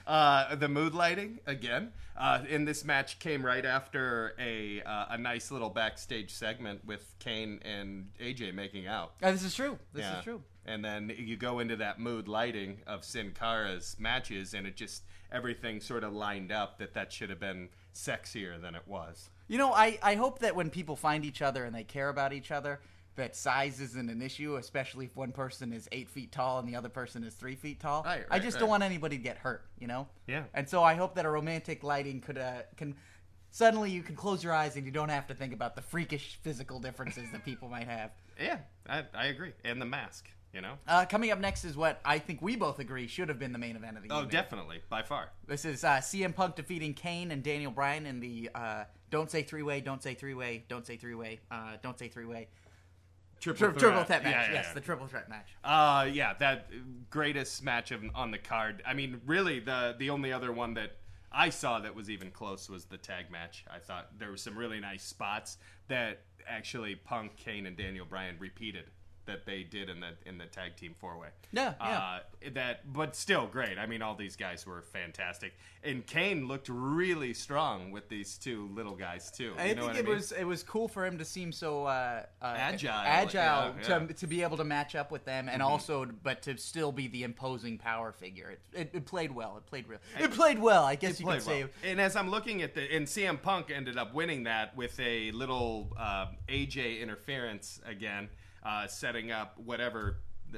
[SPEAKER 4] Uh, the mood lighting again uh, in this match came right after a uh, a nice little backstage segment with Kane and AJ making out.
[SPEAKER 2] Uh, this is true. This
[SPEAKER 4] Yeah.
[SPEAKER 2] is true.
[SPEAKER 4] And then you go into that mood lighting of Sin Cara's matches, and it just everything sort of lined up that that should have been sexier than it was.
[SPEAKER 2] You know, I, I hope that when people find each other and they care about each other, that size isn't an issue, especially if one person is eight feet tall and the other person is three feet tall.
[SPEAKER 4] Right,
[SPEAKER 2] I
[SPEAKER 4] right,
[SPEAKER 2] just
[SPEAKER 4] right.
[SPEAKER 2] don't want anybody to get hurt, you know?
[SPEAKER 4] Yeah.
[SPEAKER 2] And so I hope that a romantic lighting could, uh, can, suddenly you can close your eyes and you don't have to think about the freakish physical differences that people might have.
[SPEAKER 4] Yeah, I, I agree. And the mask, you know.
[SPEAKER 2] Uh, coming up next is what I think we both agree should have been the main event of the
[SPEAKER 4] Oh,
[SPEAKER 2] evening.
[SPEAKER 4] definitely, by far.
[SPEAKER 2] This is uh, CM Punk defeating Kane and Daniel Bryan in the uh, Don't Say Three Way, Don't Say Three Way, Don't Say Three Way, uh, Don't Say Three Way.
[SPEAKER 4] Triple,
[SPEAKER 2] Tri- triple
[SPEAKER 4] threat.
[SPEAKER 2] threat match.
[SPEAKER 4] Yeah, yeah,
[SPEAKER 2] yes,
[SPEAKER 4] yeah.
[SPEAKER 2] the triple threat match.
[SPEAKER 4] Uh, yeah, that greatest match of, on the card. I mean, really, the the only other one that I saw that was even close was the tag match. I thought there were some really nice spots that actually Punk, Kane, and Daniel Bryan repeated that they did in the in the tag team four way.
[SPEAKER 2] Yeah, yeah.
[SPEAKER 4] Uh, that, but still great. I mean, all these guys were fantastic, and Kane looked really strong with these two little guys too.
[SPEAKER 2] I
[SPEAKER 4] you know
[SPEAKER 2] think
[SPEAKER 4] what
[SPEAKER 2] it
[SPEAKER 4] I mean?
[SPEAKER 2] was it was cool for him to seem so uh, uh,
[SPEAKER 4] Agile,
[SPEAKER 2] agile
[SPEAKER 4] yeah, Mm-hmm.
[SPEAKER 2] to
[SPEAKER 4] yeah.
[SPEAKER 2] to be able to match up with them, and also but to still be the imposing power figure. It, it, it played well. It played real. It played well. I guess you
[SPEAKER 4] played
[SPEAKER 2] could say.
[SPEAKER 4] well. And as I'm looking at the, and CM Punk ended up winning that with a little um AJ interference again, uh, setting up whatever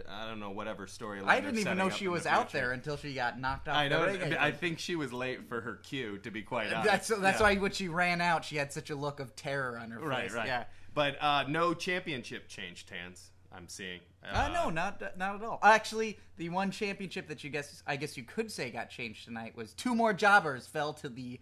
[SPEAKER 4] I don't know whatever storyline.
[SPEAKER 2] I
[SPEAKER 4] they're
[SPEAKER 2] didn't even
[SPEAKER 4] setting
[SPEAKER 2] know
[SPEAKER 4] up
[SPEAKER 2] she
[SPEAKER 4] in the
[SPEAKER 2] was out
[SPEAKER 4] future.
[SPEAKER 2] there until she got knocked off.
[SPEAKER 4] I know.
[SPEAKER 2] The ring.
[SPEAKER 4] I think she was late for her cue. To be quite
[SPEAKER 2] *laughs*
[SPEAKER 4] honest,
[SPEAKER 2] that's that's
[SPEAKER 4] Yeah.
[SPEAKER 2] why when she ran out, she had such a look of terror on her face.
[SPEAKER 4] *laughs* Right, right.
[SPEAKER 2] Yeah.
[SPEAKER 4] But uh, no championship changed hands. I'm seeing.
[SPEAKER 2] Uh, no, not not at all. Actually, the one championship that you guess I guess you could say got changed tonight was two more jobbers fell to the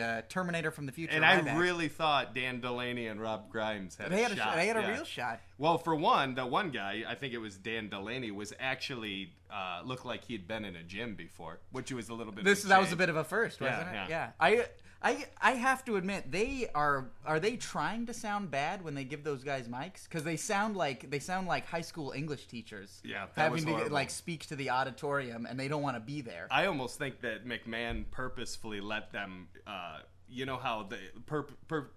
[SPEAKER 2] uh, Terminator from the future.
[SPEAKER 4] And I
[SPEAKER 2] Ryback.
[SPEAKER 4] really thought Dan Delaney and Rob Grimes had
[SPEAKER 2] they
[SPEAKER 4] a
[SPEAKER 2] had a,
[SPEAKER 4] shot.
[SPEAKER 2] they had a
[SPEAKER 4] yeah.
[SPEAKER 2] real shot.
[SPEAKER 4] Well, for one, the one guy, I think it was Dan Delaney, was actually uh, looked like he'd been in a gym before, which was a little bit.
[SPEAKER 2] This
[SPEAKER 4] of
[SPEAKER 2] that was a
[SPEAKER 4] change.
[SPEAKER 2] bit of a first,
[SPEAKER 4] Yeah,
[SPEAKER 2] wasn't
[SPEAKER 4] yeah.
[SPEAKER 2] it? Yeah. I I I have to admit they are are they trying to sound bad when they give those guys mics because they sound like they sound like high school English teachers.
[SPEAKER 4] Yeah, that
[SPEAKER 2] having
[SPEAKER 4] was
[SPEAKER 2] to
[SPEAKER 4] horrible.
[SPEAKER 2] like speak to the auditorium and they don't want to be there.
[SPEAKER 4] I almost think that McMahon purposefully let them. Uh, you know how they pur- pur-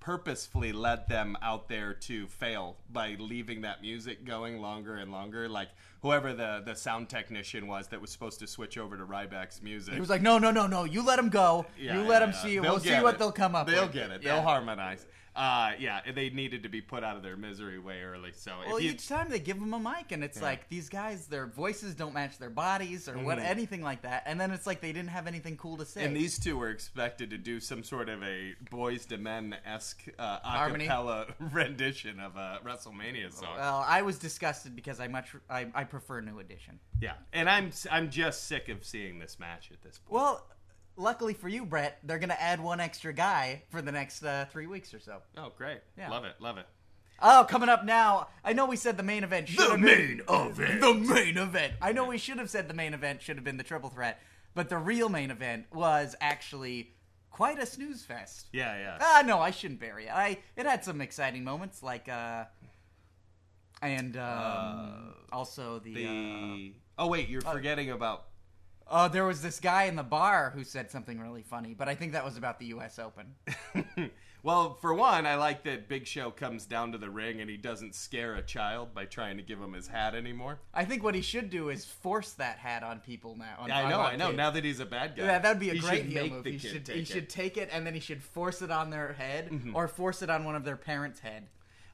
[SPEAKER 4] purposefully let them out there to fail by leaving that music going longer and longer. Like whoever the the sound technician was that was supposed to switch over to Ryback's music.
[SPEAKER 2] He was like, no, no, no, no. You let them go.
[SPEAKER 4] Yeah,
[SPEAKER 2] you
[SPEAKER 4] yeah,
[SPEAKER 2] let them
[SPEAKER 4] yeah.
[SPEAKER 2] see. it.
[SPEAKER 4] They'll
[SPEAKER 2] we'll see
[SPEAKER 4] get
[SPEAKER 2] what
[SPEAKER 4] it.
[SPEAKER 2] they'll come up.
[SPEAKER 4] They'll
[SPEAKER 2] with.
[SPEAKER 4] get it.
[SPEAKER 2] Yeah.
[SPEAKER 4] They'll harmonize. Uh, yeah, and they needed to be put out of their misery way early. So
[SPEAKER 2] Well,
[SPEAKER 4] if you,
[SPEAKER 2] each time they give them a mic, and it's like these guys, their voices don't match their bodies or what, anything like that. And then it's like they didn't have anything cool to say.
[SPEAKER 4] Mm-hmm. and these two were expected to do some sort of a boys to men esque uh,
[SPEAKER 2] Harmony.
[SPEAKER 4] acapella *laughs* rendition of a WrestleMania song.
[SPEAKER 2] well, uh, I was disgusted because I much I, I prefer New Edition.
[SPEAKER 4] yeah, and I'm I'm just sick of seeing this match at this point.
[SPEAKER 2] Well, luckily for you, Brett, they're gonna add one extra guy for the next uh, three weeks or so.
[SPEAKER 4] oh, great!
[SPEAKER 2] Yeah.
[SPEAKER 4] Love it, love it.
[SPEAKER 2] Oh, coming up now. I know we said the main event. Should have been,
[SPEAKER 4] event.
[SPEAKER 2] the main event. I know we should have said the main event should have been the triple threat, but the real main event was actually quite a snooze fest.
[SPEAKER 4] Yeah, yeah.
[SPEAKER 2] Ah, no, I shouldn't bury it. I it had some exciting moments, like uh, and um, also the,
[SPEAKER 4] Uh, the oh wait, you're forgetting about
[SPEAKER 2] uh, oh, there was this guy in the bar who said something really funny, but I think that was about the U.S.
[SPEAKER 4] *laughs*
[SPEAKER 2] Open.
[SPEAKER 4] Well, for one, I like that Big Show comes down to the ring and he doesn't scare a child by trying to give him his hat anymore.
[SPEAKER 2] I think what he should do is force that hat on people now. On,
[SPEAKER 4] I
[SPEAKER 2] on
[SPEAKER 4] know,
[SPEAKER 2] our
[SPEAKER 4] I know.
[SPEAKER 2] kids.
[SPEAKER 4] Now that he's a bad guy,
[SPEAKER 2] Yeah, that would be a
[SPEAKER 4] he
[SPEAKER 2] great
[SPEAKER 4] should
[SPEAKER 2] heel
[SPEAKER 4] make
[SPEAKER 2] move.
[SPEAKER 4] the
[SPEAKER 2] He
[SPEAKER 4] kid
[SPEAKER 2] should
[SPEAKER 4] take
[SPEAKER 2] he
[SPEAKER 4] it. Mm-hmm.
[SPEAKER 2] should take it and then he should force it on their head or force it on one of their parents' head.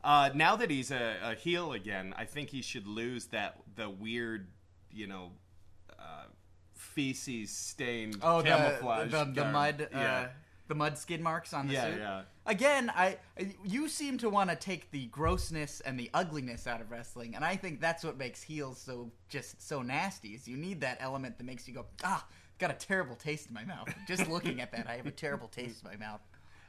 [SPEAKER 4] Uh, now that he's a, a heel again, I think he should lose that the weird, you know, uh, feces stained
[SPEAKER 2] Oh, the-
[SPEAKER 4] camouflage,
[SPEAKER 2] the, the,
[SPEAKER 4] garb.
[SPEAKER 2] mud, uh,
[SPEAKER 4] yeah,
[SPEAKER 2] the mud skid marks on the
[SPEAKER 4] Yeah,
[SPEAKER 2] suit.
[SPEAKER 4] yeah.
[SPEAKER 2] Again, I you seem to want to take the grossness and the ugliness out of wrestling, and I think that's what makes heels so just so nasty. Is you need that element that makes you go ah. Got a terrible taste in my mouth. Just looking at that, I have a terrible taste in my mouth.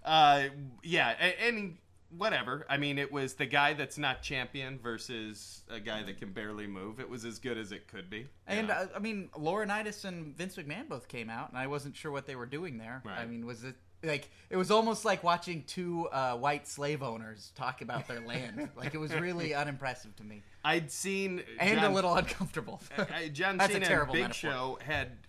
[SPEAKER 4] uh, yeah, a- and whatever. I mean, it was the guy that's not champion versus a guy that can barely move. It was as good as it could be. you
[SPEAKER 2] And
[SPEAKER 4] know?
[SPEAKER 2] uh, I mean, Laurinaitis and Vince McMahon both came out, and I wasn't sure what they were doing there. I
[SPEAKER 4] Right.
[SPEAKER 2] mean, was it like it was almost like watching two uh, white slave owners talk about
[SPEAKER 4] *laughs*
[SPEAKER 2] their land? like it was really unimpressive to me,
[SPEAKER 4] I'd seen
[SPEAKER 2] and
[SPEAKER 4] John-
[SPEAKER 2] a little
[SPEAKER 4] *laughs*
[SPEAKER 2] uncomfortable.
[SPEAKER 4] I- John
[SPEAKER 2] That's a
[SPEAKER 4] Cena and
[SPEAKER 2] terrible
[SPEAKER 4] Big
[SPEAKER 2] metaphor.
[SPEAKER 4] Show had,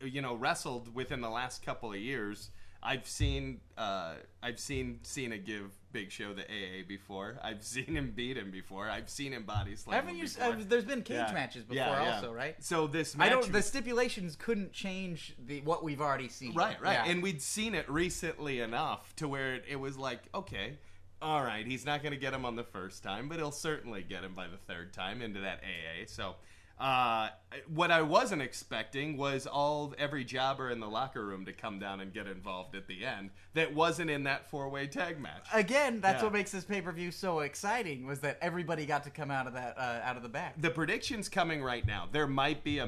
[SPEAKER 4] you know, wrestled within the last couple of years. I've seen, uh, I've seen Cena give Big Show the AA before. I've *laughs* seen him beat him before. I've seen him body
[SPEAKER 2] *laughs*
[SPEAKER 4] slam.
[SPEAKER 2] Haven't
[SPEAKER 4] him
[SPEAKER 2] you? s-
[SPEAKER 4] before.
[SPEAKER 2] Uh, there's been cage
[SPEAKER 4] Yeah.
[SPEAKER 2] matches before,
[SPEAKER 4] Yeah, yeah.
[SPEAKER 2] also, right?
[SPEAKER 4] So this match,
[SPEAKER 2] I don't. The stipulations couldn't change the what we've already seen.
[SPEAKER 4] right, right,
[SPEAKER 2] Yeah.
[SPEAKER 4] and we'd seen it recently enough to where it, it was like, okay. All right, he's not going to get him on the first time, but he'll certainly get him by the third time into that AA. So, uh, what I wasn't expecting was all every jobber in the locker room to come down and get involved at the end. That wasn't in that four way tag match.
[SPEAKER 2] again, that's
[SPEAKER 4] Yeah.
[SPEAKER 2] what makes this pay per view so exciting was that everybody got to come out of that uh, out of the back.
[SPEAKER 4] the prediction's coming right now. There might be a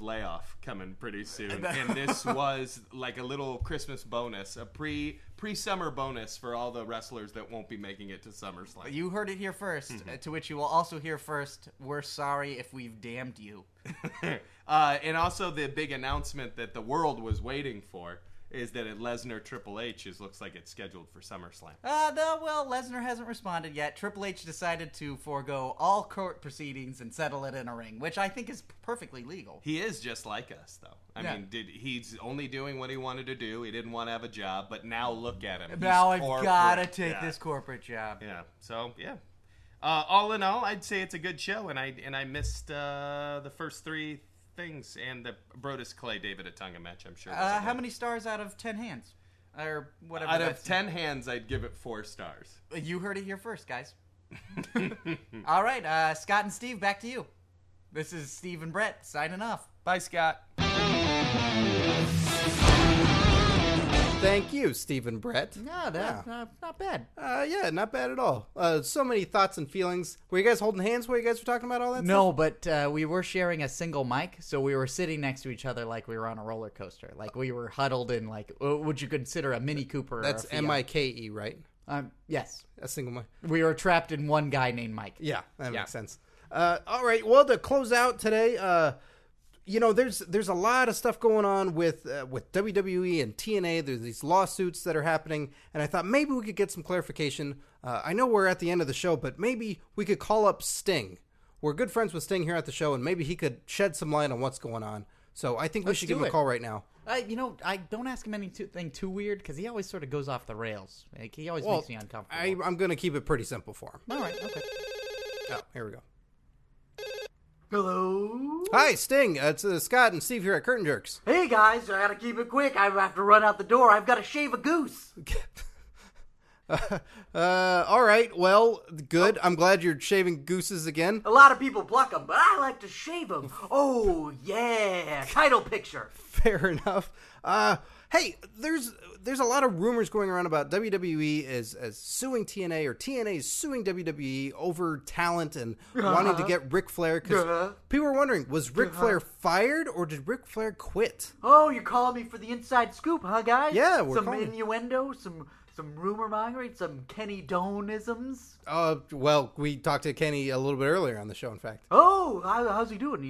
[SPEAKER 5] *laughs*
[SPEAKER 4] layoff coming pretty soon. and this was like a little Christmas bonus, a pre pre-summer bonus for all the wrestlers that won't be making it to SummerSlam.
[SPEAKER 5] You heard it here 1st
[SPEAKER 4] Mm-hmm.
[SPEAKER 5] uh to which you will also hear first, we're sorry if we've damned you.
[SPEAKER 4] uh, and also the big announcement that the world was waiting for is that at Lesnar Triple H is looks like it's scheduled for SummerSlam.
[SPEAKER 5] Uh, no, well, Lesnar hasn't responded yet. Triple H decided to forego all court proceedings and settle it in a ring, which I think is perfectly legal.
[SPEAKER 4] He is just like us, though. I
[SPEAKER 5] Yeah.
[SPEAKER 4] mean, did he's only doing what he wanted to do? He didn't want to have a job, but now look at him. He's
[SPEAKER 5] now I've
[SPEAKER 4] corporate.
[SPEAKER 5] gotta take
[SPEAKER 4] Yeah.
[SPEAKER 5] this corporate job.
[SPEAKER 4] Yeah. So yeah. Uh, all in all, I'd say it's a good show, and I and I missed uh, the first three things and the Brodus Clay David Atunga match. I'm sure. was
[SPEAKER 5] Uh,
[SPEAKER 4] a
[SPEAKER 5] how
[SPEAKER 4] good-
[SPEAKER 5] many stars out of ten hands, or whatever?
[SPEAKER 4] Out of
[SPEAKER 5] that's-
[SPEAKER 4] ten hands, I'd give it four stars.
[SPEAKER 5] you heard it here first,
[SPEAKER 4] *laughs*
[SPEAKER 5] guys. All right, uh, Scott and Steve, back to you. This is Steve and Brett signing off.
[SPEAKER 4] Bye, Scott.
[SPEAKER 1] Thank you, Stephen Brett.
[SPEAKER 2] No, that, uh, not bad.
[SPEAKER 1] Uh, yeah, not bad at all. Uh, so many thoughts and feelings. Were you guys holding hands while you guys were talking about all that?
[SPEAKER 2] No, but uh, we were sharing a single mic, so we were sitting next to each other like we were on a roller coaster. Like we were huddled in, like, uh, would you consider a Mini Cooper? or
[SPEAKER 1] stuff? that's
[SPEAKER 2] a Fiat?
[SPEAKER 1] M I K E, right?
[SPEAKER 2] Um, yes.
[SPEAKER 1] A single mic.
[SPEAKER 2] We were trapped in one guy named Mike.
[SPEAKER 1] Yeah, that
[SPEAKER 2] Yeah.
[SPEAKER 1] makes sense. Uh, all right. Well, to close out today, uh, you know, there's there's a lot of stuff going on with uh, with WWE and TNA. There's these lawsuits that are happening, and I thought maybe we could get some clarification. Uh, I know we're at the end of the show, but maybe we could call up Sting. We're good friends with Sting here at the show, and maybe he could shed some light on what's going on. So I think we should give
[SPEAKER 2] do
[SPEAKER 1] him a
[SPEAKER 2] it.
[SPEAKER 1] call right now.
[SPEAKER 2] I, you know, I don't ask him anything too weird because he always sort of goes off the rails. Like, he always makes me
[SPEAKER 1] I,
[SPEAKER 2] uncomfortable.
[SPEAKER 1] I'm going to keep it pretty simple for him.
[SPEAKER 2] All right, okay.
[SPEAKER 1] Oh, here we go.
[SPEAKER 3] Hello?
[SPEAKER 1] Hi, Sting. Uh, it's uh, Scott and Steve here at Curtain Jerks.
[SPEAKER 3] Hey guys, I gotta keep it quick. I have to run out the door. I've gotta shave a goose.
[SPEAKER 1] *laughs* uh, all right. Well,
[SPEAKER 3] Oh.
[SPEAKER 1] good. I'm glad you're shaving gooses again.
[SPEAKER 3] A lot of people pluck 'em, but I like to shave 'em. Oh, yeah. Title picture.
[SPEAKER 1] *laughs* Fair enough. Uh, hey, there's there's a lot of rumors going around about WWE is as suing TNA or TNA is suing WWE over talent and wanting to get Ric Flair. Because
[SPEAKER 3] Uh-huh.
[SPEAKER 1] people were wondering, was Ric Flair fired or did Ric Flair quit?
[SPEAKER 3] Oh, you're calling me for the inside scoop, huh, guys?
[SPEAKER 1] Yeah, we're
[SPEAKER 3] Some
[SPEAKER 1] calling-
[SPEAKER 3] innuendo, some some rumor mongering, some Kenny Donisms.
[SPEAKER 1] Uh, well, we talked to Kenny a little bit earlier on the show. In fact, Uh,
[SPEAKER 3] Oh, how, how's he doing? You,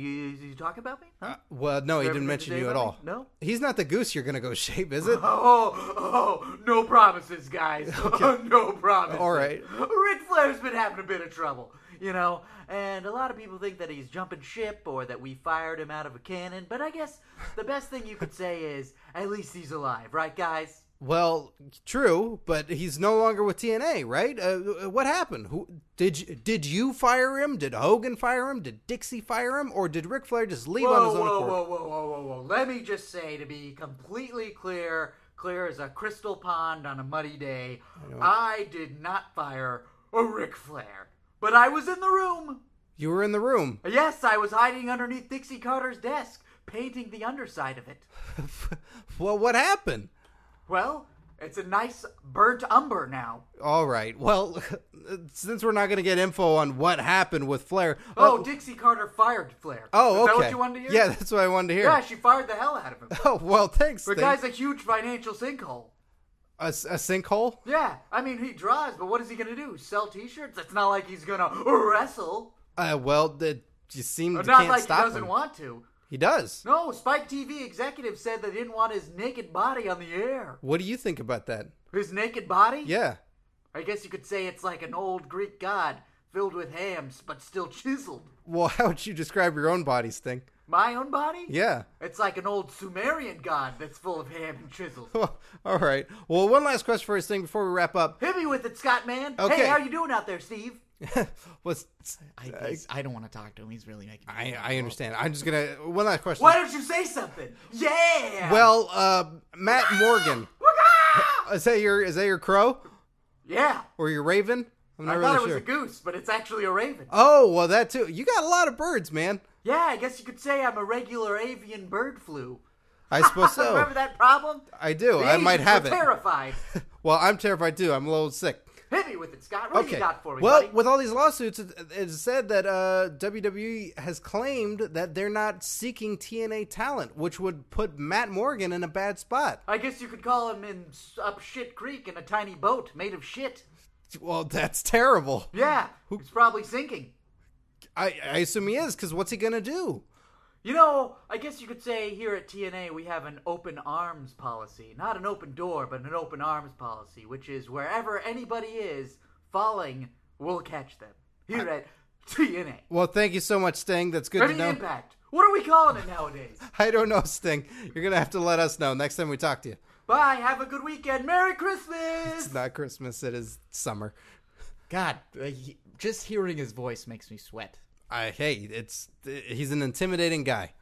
[SPEAKER 3] you talking about me? Huh?
[SPEAKER 1] well, no, he
[SPEAKER 3] everything
[SPEAKER 1] didn't mention
[SPEAKER 3] today
[SPEAKER 1] you at
[SPEAKER 3] about
[SPEAKER 1] all.
[SPEAKER 3] me? No?
[SPEAKER 1] he's not the goose you're gonna go *laughs* shave, is it?
[SPEAKER 3] Oh, oh, no promises,
[SPEAKER 1] *laughs*
[SPEAKER 3] guys. *laughs* no promises.
[SPEAKER 1] All right.
[SPEAKER 3] Ric Flair's been having a bit of trouble, you know, and a lot of people think that he's jumping ship or that we fired him out of a cannon, but I guess the best thing you could say is at least he's alive, right, guys?
[SPEAKER 1] Well, true, but he's no longer with TNA, right? Uh, what happened? Who did you, did you fire him? Did Hogan fire him? Did Dixie fire him? Or did Ric Flair just leave on his own
[SPEAKER 3] whoa,
[SPEAKER 1] accord?
[SPEAKER 3] whoa, whoa, whoa, whoa, whoa. Let me just say, to be completely clear, clear as a crystal pond on a muddy day, I, did not fire a Ric Flair, but I was in the room.
[SPEAKER 1] You were in the room. *laughs*
[SPEAKER 3] Yes, I was hiding underneath Dixie Carter's desk, painting the underside of it.
[SPEAKER 1] Well, what happened?
[SPEAKER 3] Well, it's a nice burnt umber now.
[SPEAKER 1] All right. Well, *laughs* since we're not going to get info on what happened with Flair.
[SPEAKER 3] Oh,
[SPEAKER 1] uh,
[SPEAKER 3] Dixie Carter fired Flair.
[SPEAKER 1] oh,
[SPEAKER 3] Is
[SPEAKER 1] okay.
[SPEAKER 3] that what you wanted to hear?
[SPEAKER 1] Yeah, that's what I wanted to hear.
[SPEAKER 3] Yeah, she fired the hell out of him.
[SPEAKER 1] *laughs* Oh, well, thanks.
[SPEAKER 3] The
[SPEAKER 1] Sting.
[SPEAKER 3] guy's a huge financial sinkhole.
[SPEAKER 1] a, s- a sinkhole?
[SPEAKER 3] Yeah, I mean he drives, but what is he gonna do? Sell T-shirts? It's not like he's gonna wrestle.
[SPEAKER 1] Uh, well, the, you seem to
[SPEAKER 3] not
[SPEAKER 1] can't
[SPEAKER 3] like he
[SPEAKER 1] stop
[SPEAKER 3] doesn't
[SPEAKER 1] him.
[SPEAKER 3] want to.
[SPEAKER 1] he does.
[SPEAKER 3] No, Spike TV executives said they didn't want his naked body on the air.
[SPEAKER 1] What do you think about that?
[SPEAKER 3] His naked body?
[SPEAKER 1] Yeah.
[SPEAKER 3] I guess you could say it's like an old Greek god filled with hams, but still chiseled.
[SPEAKER 1] Well, *laughs* how would you describe your own body, Sting?
[SPEAKER 3] My own body?
[SPEAKER 1] Yeah. *laughs*
[SPEAKER 3] It's like an old Sumerian god that's full of ham and chisels.
[SPEAKER 1] All right. Well, one last question for us, thing before we wrap up. *laughs*
[SPEAKER 3] Hit me with it, Scott man.
[SPEAKER 1] Okay.
[SPEAKER 3] Hey, how you doing out there, Steve?
[SPEAKER 1] Was
[SPEAKER 2] I, he's- I don't want to talk to him. He's really making me
[SPEAKER 1] I,
[SPEAKER 2] uncomfortable.
[SPEAKER 1] I understand. I'm just gonna one last question.
[SPEAKER 3] Why don't you say something? Yeah.
[SPEAKER 1] Well, uh, Matt
[SPEAKER 3] *laughs*
[SPEAKER 1] Morgan, is that your is that your crow
[SPEAKER 3] Yeah.
[SPEAKER 1] or your raven? I'm
[SPEAKER 3] I
[SPEAKER 1] not
[SPEAKER 3] thought
[SPEAKER 1] really
[SPEAKER 3] it was
[SPEAKER 1] sure.
[SPEAKER 3] a goose, but it's actually a raven.
[SPEAKER 1] oh well, that too. You got a lot of birds, man.
[SPEAKER 3] Yeah, I guess you could say I'm a regular avian bird flu.
[SPEAKER 1] I
[SPEAKER 3] *laughs*
[SPEAKER 1] suppose so.
[SPEAKER 3] Remember that problem?
[SPEAKER 1] I do.
[SPEAKER 3] The
[SPEAKER 1] I might
[SPEAKER 3] Asians
[SPEAKER 1] have
[SPEAKER 3] were
[SPEAKER 1] it. *laughs*
[SPEAKER 3] Terrified.
[SPEAKER 1] Well, I'm terrified too. I'm a little sick.
[SPEAKER 3] Hit me with it, Scott. What do you got for me,
[SPEAKER 1] well,
[SPEAKER 3] buddy?
[SPEAKER 1] with all these lawsuits, it, it's said that uh, WWE has claimed that they're not seeking TNA talent, which would put Matt Morgan in a bad spot.
[SPEAKER 3] I guess you could call him in s- up shit creek in a tiny boat made of shit.
[SPEAKER 1] Well, *laughs* that's terrible.
[SPEAKER 3] Yeah, it's probably sinking.
[SPEAKER 1] I, I assume he is, because what's he gonna do?
[SPEAKER 3] You know, I guess you could say here at TNA we have an open arms policy. Not an open door, but an open arms policy, which is wherever anybody is falling, we'll catch them. Here at TNA.
[SPEAKER 1] Well, thank you so much, Sting. That's good
[SPEAKER 3] Ready
[SPEAKER 1] to know.
[SPEAKER 3] Impact. What are we calling it nowadays?
[SPEAKER 1] *laughs* I don't know, Sting. You're gonna have to let us know next time we talk to you.
[SPEAKER 3] Bye, have a good weekend. Merry Christmas!
[SPEAKER 1] It's not Christmas; it is summer.
[SPEAKER 2] God, uh, he- just hearing his voice makes me sweat.
[SPEAKER 1] I hey, it's he's an intimidating guy.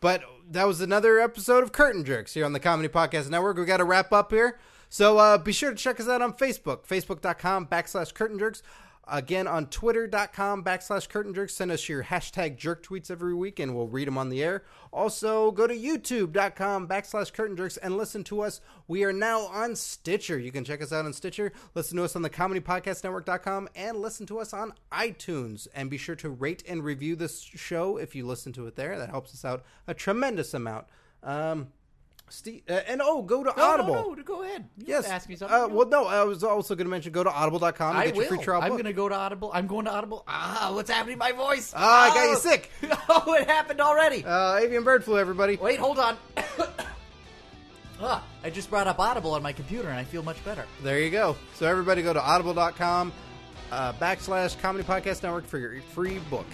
[SPEAKER 1] But that was another episode of Curtain Jerks here on the Comedy Podcast Network. We got to wrap up here. So uh, be sure to check us out on Facebook, facebook.com backslash curtain jerks. Again, on twitter.com backslash curtain jerks. Send us your hashtag jerk tweets every week and we'll read them on the air. Also, go to youtube.com backslash curtain jerks and listen to us. We are now on Stitcher. You can check us out on Stitcher. Listen to us on the comedypodcastnetwork.com and listen to us on iTunes. And be sure to rate and review this show if you listen to it there. That helps us out a tremendous amount. Um, Steve, uh, and oh, go to Audible.
[SPEAKER 2] No, no, no, go ahead. You
[SPEAKER 1] Yes.
[SPEAKER 2] don't Ask me something.
[SPEAKER 1] Uh,
[SPEAKER 2] No.
[SPEAKER 1] well, no, I was also going to mention go to audible.com and
[SPEAKER 2] I
[SPEAKER 1] get your
[SPEAKER 2] will.
[SPEAKER 1] free trial
[SPEAKER 2] I'm
[SPEAKER 1] book.
[SPEAKER 2] going to go to Audible. I'm going to Audible. Ah, what's happening to my voice?
[SPEAKER 1] Ah, I got you
[SPEAKER 2] Oh.
[SPEAKER 1] sick.
[SPEAKER 2] *laughs* oh, it happened already.
[SPEAKER 1] Uh, avian bird flu, everybody.
[SPEAKER 2] Wait, hold on. *coughs* ah, I just brought up Audible on my computer and I feel much better.
[SPEAKER 1] There you go. So everybody go to audible.com uh, backslash comedy podcast network for your free book.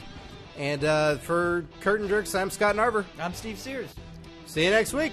[SPEAKER 1] And uh, for Curtain Jerks, I'm Scott Narver.
[SPEAKER 2] I'm Steve Sears.
[SPEAKER 1] See you next week.